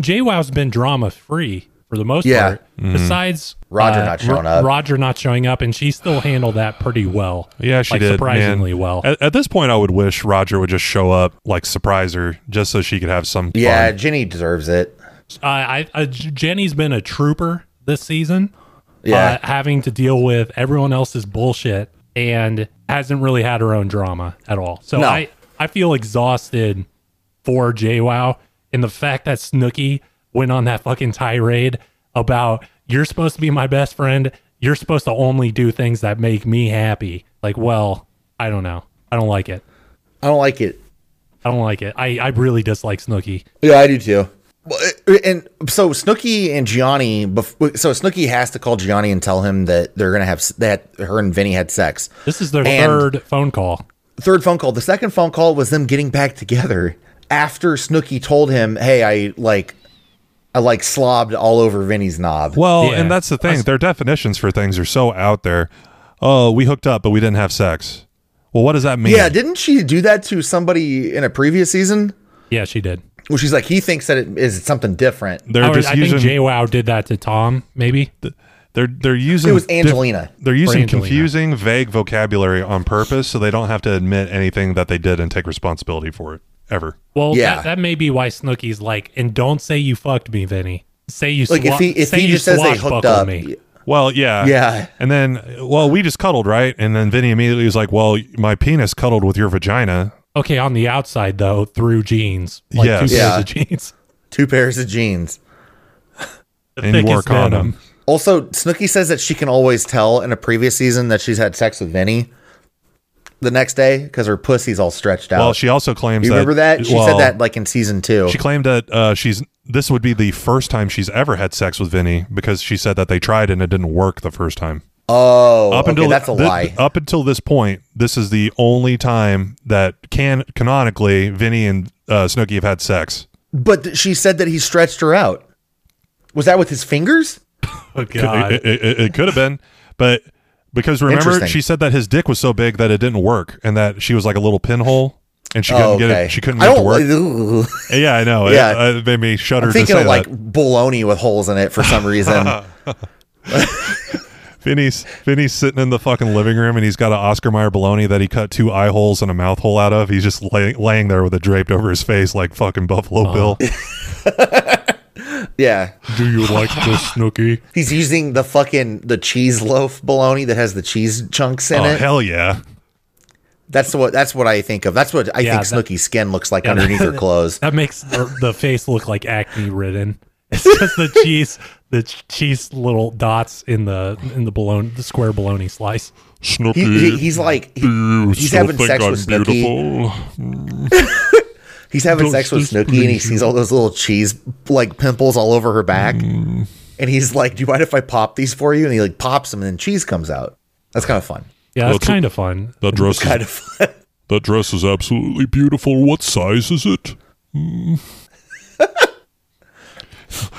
G: Jay Wow's been drama free for the most
F: Yeah. Mm-hmm.
G: part, besides uh,
F: Roger not showing
G: Ro-
F: up.
G: Roger not showing up, and she still handled that pretty well.
E: yeah, she
G: like,
E: did
G: surprisingly
E: man.
G: well.
E: At, at this point, I would wish Roger would just show up, like surprise her, just so she could have some.
F: Yeah,
E: fun.
F: Ginny deserves it.
G: I, I, I, Jenny's been a trooper this season.
F: Yeah.
G: uh, having to deal with everyone else's bullshit and hasn't really had her own drama at all. So
F: No.
G: I, I feel exhausted for JWoww and the fact that Snooky went on that fucking tirade about you're supposed to be my best friend. You're supposed to only do things that make me happy. Like, well, I don't know. I don't like it.
F: I don't like it.
G: I don't like it. I, I really dislike Snooky.
F: Yeah, I do too. And so Snooky and Gianni, bef- so Snooky has to call Gianni and tell him that they're gonna have s- that her and Vinny had sex.
G: This is their
F: And-
G: third phone call.
F: Third phone call. The second phone call was them getting back together after Snooky told him, "Hey, I like, I like slobbed all over Vinny's knob."
E: Well,
G: Yeah.
E: and that's the thing.
G: Us-
E: Their definitions for things are so out there. Oh, we hooked up, but we didn't have sex. Well, what does that mean?
F: Yeah, didn't she do that to somebody in a previous season?
G: Yeah, she did.
F: Well, she's like, he thinks that it is something different.
E: they're
G: I,
E: just
G: I
E: using
G: think JWoww did that to Tom, maybe.
E: they're they're using
F: It was
E: diff-
F: Angelina.
E: they're using
G: Angelina.
E: confusing, vague vocabulary on purpose so they don't have to admit anything that they did and take responsibility for it ever.
G: Well,
F: Yeah.
G: that, that may be why Snooky's like, and don't say you fucked me, Vinny. Say you
F: Like if
G: swa-
F: he if
G: say
F: he
G: you
F: just says they
G: swashbuckled
F: hooked up,
G: me.
E: Well, yeah.
F: Yeah.
E: And then, well, we just cuddled, right? And then Vinny immediately was like, well, my penis cuddled with your vagina.
G: Okay, on the outside though, through jeans, like
E: Yes.
G: two
F: Yeah.
G: pairs of jeans,
F: two pairs of jeans.
G: the
E: And you wore a
G: thickest
E: condom.
G: denim.
F: Also, Snooky says that she can always tell in a previous season that she's had sex with Vinny the next day because her pussy's all stretched out.
E: Well, she also claims
F: Oh. you
E: that.
F: remember that? She
E: well,
F: said that like in season two.
E: She claimed that uh, she's this would be the first time she's ever had sex with Vinny because she said that they tried and it didn't work the first time.
F: Oh,
E: Up
F: okay,
E: until
F: that's a
E: thi-
F: lie.
E: Up until this point, this is the only time that can canonically Vinny and uh, Snooki have had sex.
F: But th- she said that he stretched her out. Was that with his fingers?
G: Oh
E: It-
G: god.
E: It, it- it- it could have been, but because remember
F: Interesting.
E: she said that his dick was so big that it didn't work and that she was like a little pinhole and she couldn't
F: Oh,
E: get
F: okay.
E: it. She couldn't
F: I
E: get it to
F: don't.
E: work.
F: Ooh.
E: yeah, I know.
F: Yeah.
E: It, uh, it made me shudder
F: I'm
E: to
F: thinking
E: say
F: of like
E: that.
F: bologna with holes in it for some reason.
E: Vinny's Vinny's sitting in the fucking living room and he's got an Oscar Mayer baloney that he cut two eye holes and a mouth hole out of. He's just lay, laying there with it draped over his face like fucking
G: Uh,
E: Buffalo Bill.
F: yeah,
G: Do you like this Snooky?
F: he's using the fucking the cheese loaf bologna that has the cheese chunks in
E: Oh
F: it.
E: hell yeah!
F: That's what that's what I think of. That's what I
G: Yeah,
F: think
G: that-
F: Snooky's skin looks like underneath her clothes.
G: That makes the, the face look like acne ridden. It's just the cheese, the ch- cheese little dots in the in the bologna, the square bologna slice.
E: Snooky,
F: He, he- he's like he- he's having sex with Snooky. He's having
E: Don't
F: sex with
E: just
F: Snooky, and he
E: please
F: sees all those little cheese like pimples all over her back. And he's like, "Do you mind if I pop these for you?" And he like pops them, and then cheese comes out. That's kind of fun.
G: Yeah, that's
E: That's-
G: kind of fun.
E: That dress,
F: Kind of fun.
E: that dress is absolutely beautiful. What size is it? Hmm.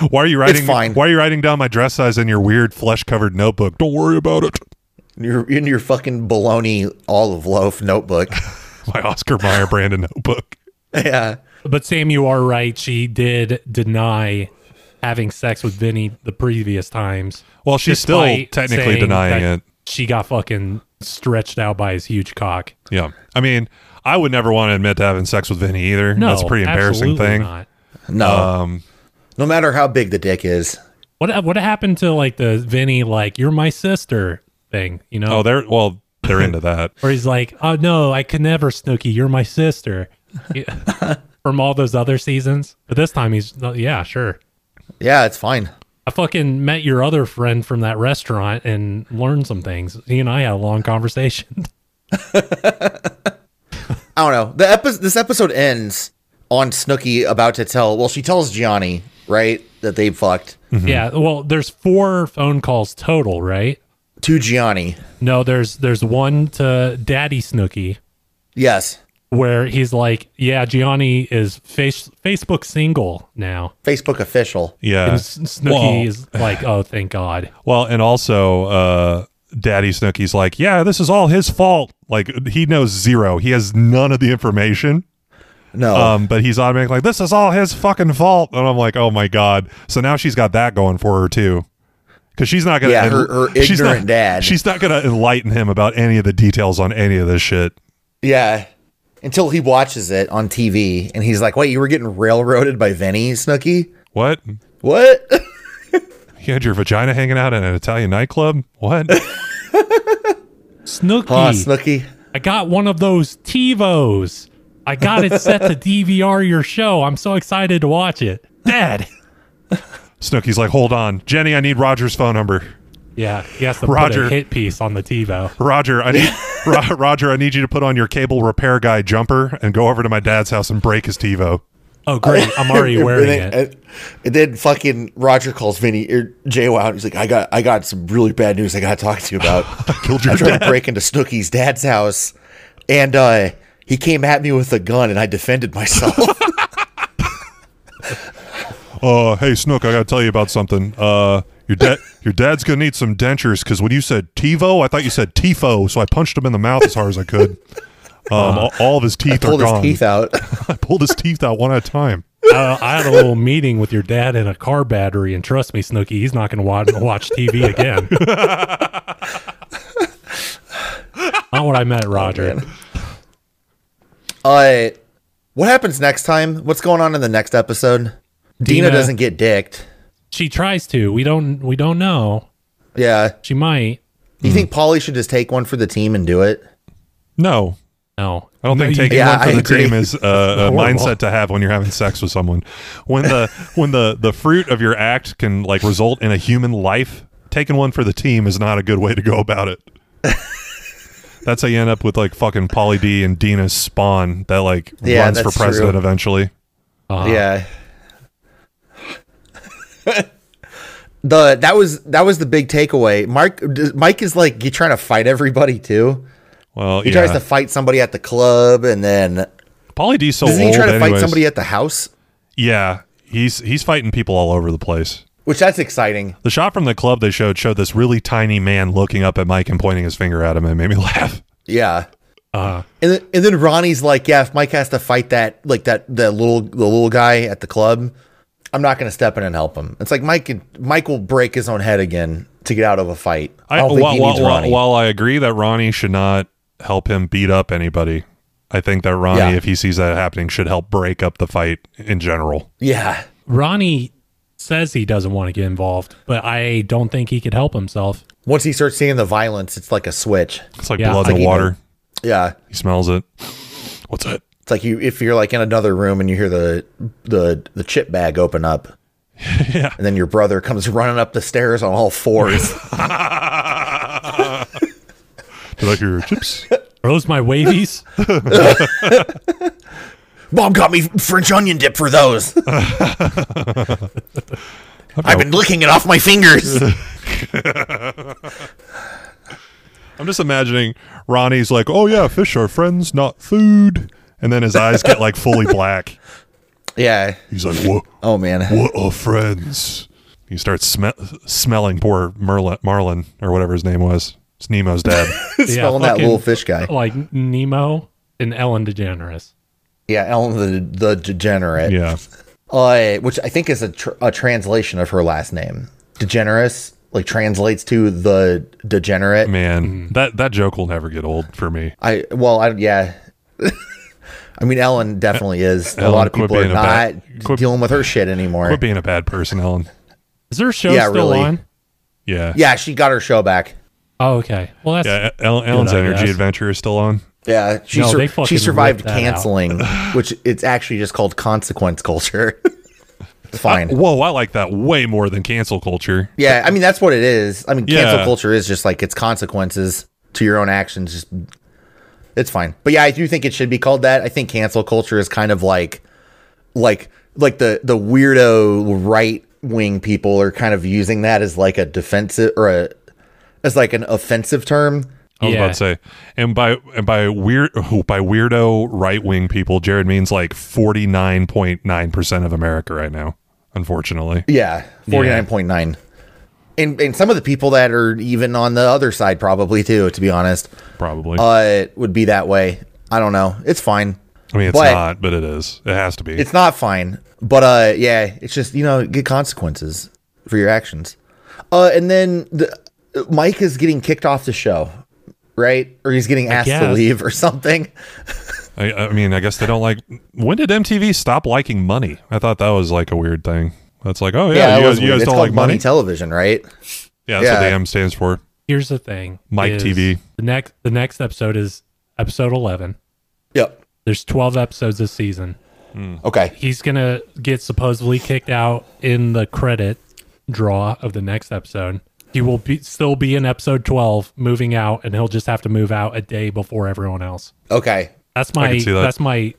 E: why are you writing?
F: fine.
E: Why are you writing down my dress size in your weird flesh-covered notebook? Don't worry about it.
F: You're in your fucking bologna olive loaf notebook.
E: My Oscar Mayer Brandon notebook.
F: yeah.
G: But Sam, you are right. She did deny having sex with Vinny the previous times.
E: Well, she's still
G: despite
E: technically
G: saying
E: denying
G: that
E: it.
G: She got fucking stretched out by his huge cock.
E: Yeah. I mean, I would never want to admit to having sex with Vinny either.
G: No,
E: That's a pretty embarrassing
G: absolutely
E: thing. Um,
G: Not.
F: No.
E: Uh.
F: no matter how big the dick is.
G: What what happened to like the Vinny like you're my sister thing? You know,
E: Oh, they're well, they're into that.
G: Where he's like, "Oh no, I could never, Snooky. You're my sister." Yeah. From all those other seasons, but this time he's, no, yeah, sure.
F: Yeah, it's fine.
G: I fucking met your other friend from that restaurant and learned some things. He and I had a long conversation.
F: I don't know. The epi- this episode ends on Snooky about to tell. Well, she tells Gianni right that they fucked
E: Mm-hmm.
G: Yeah. Well, there's four phone calls total, right?
F: to Gianni.
G: No, there's there's one to Daddy Snooky
F: Yes,
G: where he's like, "Yeah, Gianni is face Facebook single now."
F: Facebook official.
E: Yeah.
G: And S- Snooky
E: Uh, Well-
G: is like, "Oh, thank God."
E: Well, and also uh Daddy Snooky's like, "Yeah, this is all his fault." Like he knows zero. He has none of the information.
F: No,
E: Um, but he's automatically like, "This is all his fucking fault." And I'm like, "Oh my god!" So now she's got that going for her too, because she's not gonna
F: Yeah, her- her
E: she's
F: ignorant
E: not-
F: dad.
E: She's not gonna enlighten him about any of the details on any of this shit.
F: yeah. Until he watches it on TV and he's like, "Wait, you were getting railroaded by Vinny Snooky?
E: What?
F: What?"
E: You had your vagina hanging out in an Italian nightclub? What?
G: Snooky.
F: Huh, Snooky.
G: I got one of those TiVos. I got it set to DVR your show. I'm so excited to watch it. Dad.
E: Snooky's like, "Hold on, Jenny, I need Roger's phone number."
G: Yeah, he has to
E: Roger.
G: put a hit piece on the TiVo.
E: Roger, I need Ro- Roger, I need you to put on your cable repair guy jumper and go over to my dad's house and break his TiVo.
G: Oh, great. I'm already wearing
F: and
G: it.
F: then, and then fucking Roger calls Vinny or Jay out. He's like, I got I got some really bad news I gotta talk to you about. I
E: Killed your
F: tried
E: dad.
F: to break into Snooky's dad's house and uh he came at me with a gun and I defended myself.
E: Uh, hey Snook, I gotta tell you about something. Uh, your dad, your dad's gonna need some dentures because when you said TiVo, I thought you said TIFO, so I punched him in the mouth as hard as I could. Um, all, all of his teeth are
F: Pulled his
E: gone.
F: teeth out.
E: I pulled his teeth out one at a time.
G: I, Uh, I had a little meeting with your dad and a car battery, and trust me, Snooky, he's not going to watch, watch TV again. not what I meant,
F: Oh,
G: Roger.
F: Uh what happens next time? What's going on in the next episode? Dina,
G: Dina-
F: doesn't get dicked.
G: she tries to. We don't. We don't know.
F: Yeah.
G: She might.
E: Hmm.
F: You think Polly should just take one for the team and do it?
E: No,
G: No.
E: I don't think
G: you-
E: taking
F: Yeah,
E: one for
F: I
E: the
F: agree.
E: team is uh, a
G: horrible.
E: mindset to have when you're having sex with someone. When the when the the fruit of your act can like result in a human life, taking one for the team is not a good way to go about it. that's how you end up with like fucking Polly D and Dina's spawn that like
F: Yeah,
E: runs for
F: that's
E: president
F: true.
E: eventually.
G: Uh,
F: yeah. the that was that was the big takeaway. Mike Mike is like you trying to fight everybody too.
E: Well,
F: He
E: yeah.
F: tries to fight somebody at the club, and then
E: Pauly D's so
F: doesn't
E: old.
F: he try to fight
E: anyways.
F: somebody at the house?
E: Yeah, he's he's fighting people all over the place.
F: Which that's exciting.
E: The shot from the club they showed showed this really tiny man looking up at Mike and pointing his finger at him, and made me laugh.
F: Yeah. and then, and then Ronnie's like, yeah, if Mike has to fight that like that that little the little guy at the club, I'm not gonna step in and help him. It's like Mike can, Mike will break his own head again to get out of a fight. I don't think
E: while,
F: he
E: while-
F: needs
E: while-
F: Ronnie.
E: while I agree that Ronnie should not help him beat up anybody, I think that Ronnie,
F: Yeah.
E: if he sees that happening, should help break up the fight in general.
F: yeah.
G: Ronnie says he doesn't want to get involved, but I don't think he could help himself.
F: Once he starts seeing the violence, it's like a switch.
E: It's like
G: Yeah.
E: blood
G: Like
E: in the
F: he
E: water.
F: knows. Yeah.
E: He smells it. What's it?
F: It's like you if you're like in another room and you hear the the the chip bag open up.
E: Yeah.
F: And then your brother comes running up the stairs on all fours.
E: Did I hear your chips?
G: Are those my wavies?
F: Mom got me French onion dip for those. I've been licking it off my fingers.
E: I'm just imagining Ronnie's like, oh yeah, fish are friends, not food. And then his eyes get like fully black.
F: yeah.
E: He's like, what?
F: Oh man.
E: What are friends? He starts sm- smelling poor Merlin, Marlin or whatever his name was. It's Nemo's dad.
F: Smelling that
G: fucking-
F: little fish guy.
G: like Nemo and Ellen DeGeneres.
F: Yeah, Ellen the the degenerate.
E: yeah.
F: Uh, which I think is a, tr- a translation of her last name. Degenerous like translates to the degenerate.
E: Man,
G: Mm.
E: that that joke will never get old for me.
F: I well, I yeah. I mean, Ellen definitely is. a
E: Ellen,
F: lot of
E: quit
F: people are
E: being a
F: not
E: bad- quit-
F: dealing with her shit anymore.
E: Quit being a bad person, Ellen.
G: Is their show
F: Yeah,
G: still
F: really.
G: on?
E: Yeah.
F: yeah, she got her show back.
G: Oh, okay. Well, that's
E: Yeah, Ellen, Ellen's
G: Good, I
E: energy
G: guess.
E: adventure is still on.
F: Yeah, she
G: No,
F: sur-
G: they fucking
F: she survived
G: ripped that out.
F: canceling, which it's actually just called consequence culture. it's
G: Uh,
F: fine.
E: Whoa, I like that way more than cancel culture.
F: yeah, I mean that's what it is. I mean,
E: Yeah.
F: cancel culture is just like it's consequences to your own actions. Just it's fine. But yeah, I do think it should be called that. I think cancel culture is kind of like, like, like the the weirdo right wing people are kind of using that as like a defensive or a as like an offensive term.
E: I was
G: Yeah.
E: about to say, and by and by weird oh, by weirdo right wing people, Jared means like forty nine point nine percent of America right now. Unfortunately,
F: Yeah, forty nine point nine. And and some of the people that are even on the other side probably too, to be honest,
E: probably.
F: uh, it would be that way. I don't know. It's fine.
E: I mean, it's
F: but-
E: not, but it is. It has to be.
F: It's not fine, but uh, yeah, it's just you know get consequences for your actions. Uh, and then the, Mike is getting kicked off the show, right? Or he's getting asked to
G: guess.
F: leave or something.
E: I, I mean, I guess they don't like. When did MTV stop liking money? I thought that was like a weird thing. That's like, oh yeah,
F: that
E: you,
F: was
E: guys, you
F: weird.
E: guys
F: it's
E: don't
F: called
E: like money.
F: television, right?
E: yeah, that's what
F: yeah.
E: the M stands for.
G: here's the thing.
E: Mike
G: is
E: TV.
G: The next the next episode is episode eleven.
F: Yep.
G: There's twelve episodes this season.
E: Hmm.
F: Okay.
G: He's gonna get supposedly kicked out in the credit draw of the next episode. He will be still be in episode twelve, moving out, and he'll just have to move out a day before everyone else.
F: Okay.
G: That's
E: I
G: my
E: can see that.
G: that's my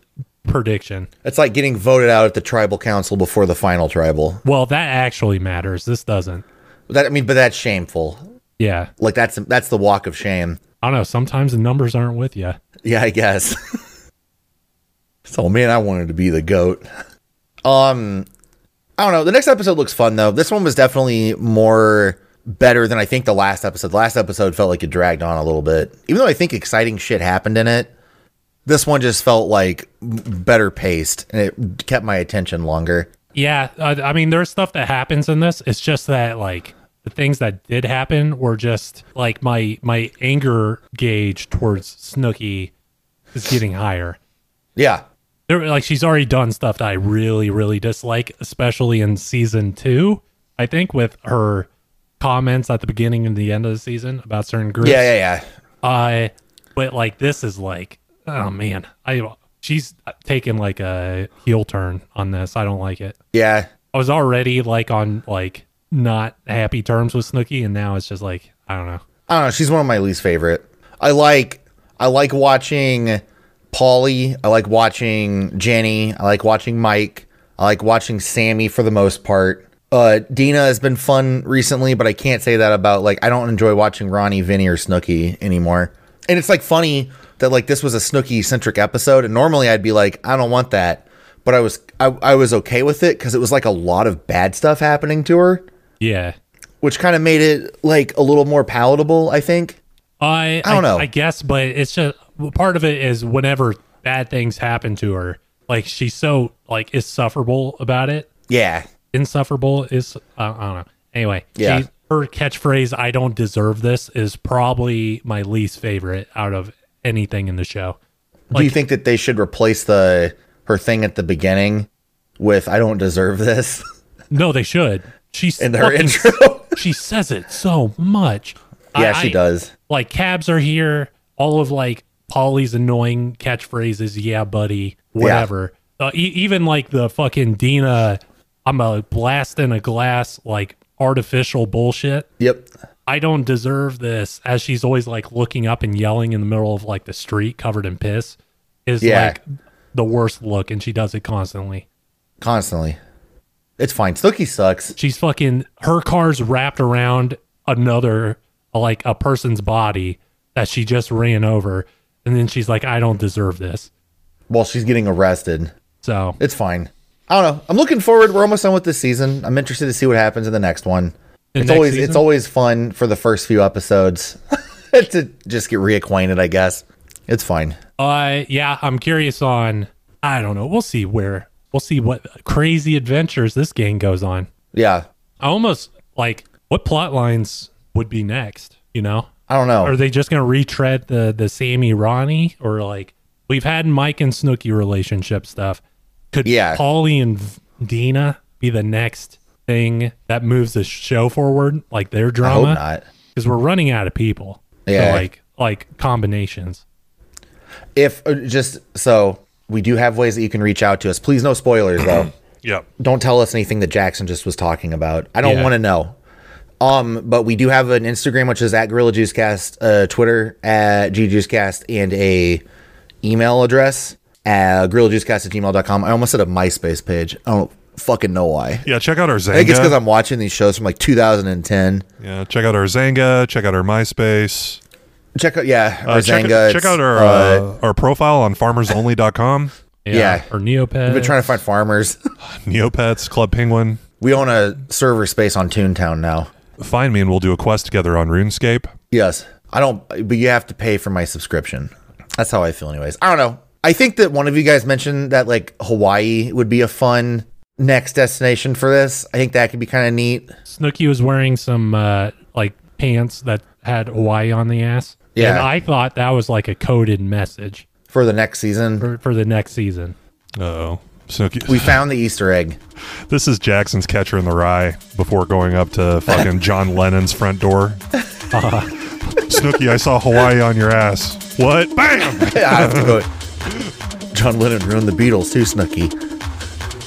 G: prediction.
F: It's like getting voted out at the tribal council before the final tribal.
G: Well, that actually matters. This doesn't.
F: That I mean, but that's shameful.
G: Yeah.
F: Like that's that's the walk of shame.
G: I don't know. Sometimes the numbers aren't with you.
F: Yeah, I guess. so man, I wanted to be the goat. Um I don't know. The next episode looks fun though. This one was definitely more better than I think the last episode. The last episode felt like it dragged on a little bit. Even though I think exciting shit happened in it, this one just felt like better paced and it kept my attention longer.
G: Yeah, I, I mean, there's stuff that happens in this. It's just that like the things that did happen were just like my my anger gauge towards Snooky is getting higher.
F: Yeah.
G: There, like she's already done stuff that I really really dislike, especially in season two. I think with her comments at the beginning and the end of the season about certain groups.
F: Yeah, yeah, yeah.
G: Uh, but like this is like, oh man, I she's taking like a heel turn on this. I don't like it.
F: Yeah.
G: I was already like on like not happy terms with Snooky, and now it's just like I don't know.
F: I don't know. She's one of my least favorite. I like I like watching Paulie. I like watching Jenny. I like watching Mike. I like watching Sammy for the most part. Uh, Dina has been fun recently, but I can't say that about like I don't enjoy watching Ronnie, Vinny, or Snooky anymore. And it's like funny that like this was a Snooky centric episode, and normally I'd be like, I don't want that, but I was I, I was okay with it because it was like a lot of bad stuff happening to her,
G: Yeah.
F: which kind of made it like a little more palatable. I think.
G: I,
F: I don't know.
G: I guess, but it's just well, part of it is whenever bad things happen to her, like she's so like is sufferable about it.
F: Yeah,
G: Insufferable is I I don't know. Anyway,
F: Yeah.
G: she, her catchphrase "I don't deserve this" is probably my least favorite out of anything in the show.
F: Do you
G: Like-
F: think that they should replace the her thing at the beginning with "I don't deserve this"
G: No, they should. She's
F: in her
G: fucking-
F: intro?
G: she says it so much.
F: yeah,
G: I-
F: she
G: I-
F: does.
G: like cabs are here all of like polly's annoying catchphrases yeah buddy whatever uh, e- even like the fucking dina i'm a blast in a glass like artificial bullshit
F: Yep.
G: i don't deserve this as she's always like looking up and yelling in the middle of like the street covered in piss is
F: Yeah.
G: like the worst look and she does it constantly
F: Constantly. It's fine. Snooki sucks.
G: she's fucking her car's wrapped around another like a person's body that she just ran over and then she's like i don't deserve this
F: Well, she's getting arrested.
G: so
F: It's fine. I don't know. I'm looking forward. We're almost done with this season. I'm interested to see what happens in the next one.
G: The
F: it's
G: next
F: always
G: season?
F: it's always fun for the first few episodes to just get reacquainted, I guess. It's fine.
G: uh yeah i'm curious on i don't know we'll see where we'll see what crazy adventures this gang goes on
F: Yeah.
G: i almost like what plot lines would be next you know
F: I don't know.
G: are they just gonna retread the the sammy ronnie or like we've had mike and snooky relationship stuff could
F: Yeah.
G: Paulie and V- Dina be the next thing that moves the show forward, like their
F: I hope
G: drama?
F: not.
G: Because we're running out of people. So,
F: Yeah.
G: like like combinations.
F: If uh, just so we do have ways that you can reach out to us. Please no spoilers though.
E: Yep.
F: don't tell us anything that Jackson just was talking about. I don't
G: Yeah.
F: want to know. Um, but we do have an Instagram which is at Gorilla Juicecast, uh, Twitter at GJuiceCast, and a email address at GorillaJuiceCast at gmail.com. I almost said a MySpace page. I don't fucking know why.
E: Yeah, check out our Zanga.
F: I think it's because I'm watching these shows from like 2010.
E: yeah, check out our Zanga. Check out our MySpace.
F: Check out, yeah, our
E: Uh, check,
F: Zanga.
E: check
F: It's,
E: out our uh, our profile on FarmersOnly.com.
F: Yeah.
G: Or Neopets.
F: I've been trying to find farmers.
E: Neopets, Club Penguin.
F: we own a server space on Toontown now.
E: Find me and we'll do a quest together on RuneScape.
F: Yes. I don't, but you have to pay for my subscription. That's how I feel, anyways. I don't know. I think that one of you guys mentioned that like Hawaii would be a fun next destination for this. I think that could be kind of neat.
G: Snooky was wearing some uh like pants that had Hawaii on the ass.
F: Yeah.
G: And I thought that was like a coded message
F: For the next season,
G: for, for the next season.
E: Uh oh. Snooki.
F: we found the Easter egg.
E: this is Jackson's catcher in the rye before going up to fucking John Lennon's front door. Uh, Snooky, I saw Hawaii on your ass. What? Bam!
F: I have to go. John Lennon ruined the Beatles too, Snooky.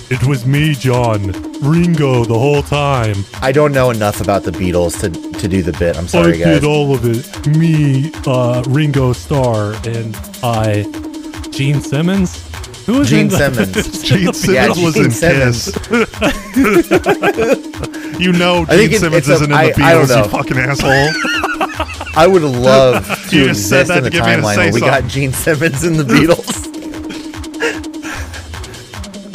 G: It was me, John. Ringo the whole time.
F: I don't know enough about the Beatles to to do the bit. I'm sorry,
G: I
F: guys.
G: did all of it. Me, uh, Ringo Starr, and I, Gene Simmons. Who was
F: Gene
G: in the-
F: Simmons.
E: Gene Simmons was
F: Gene
E: in
F: Simmons.
E: Kiss. you know Gene
F: think it-
E: Simmons
F: it's a-
E: isn't in
F: I-
E: the Beatles,
F: I don't know.
E: you fucking asshole.
F: I would love
E: You
F: to
E: just said
F: exist
E: that
F: in
E: to
F: the
E: get me to
F: timeline
E: say
F: where we got
E: something.
F: Gene Simmons and the Beatles.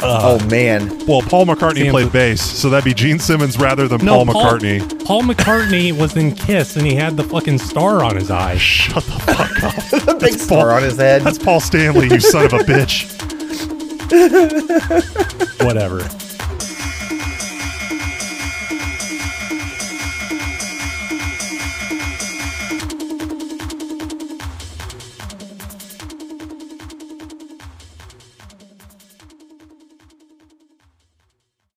E: Uh,
F: oh man,
E: well, Paul McCartney
G: Sam's-
E: played bass, so that'd be Gene Simmons rather than
G: No,
E: Paul McCartney.
G: Paul McCartney was in Kiss, and he had the fucking star on his eye.
E: Shut the fuck up.
F: the big star on his head.
E: That's Paul Stanley, you son of a bitch.
G: Whatever.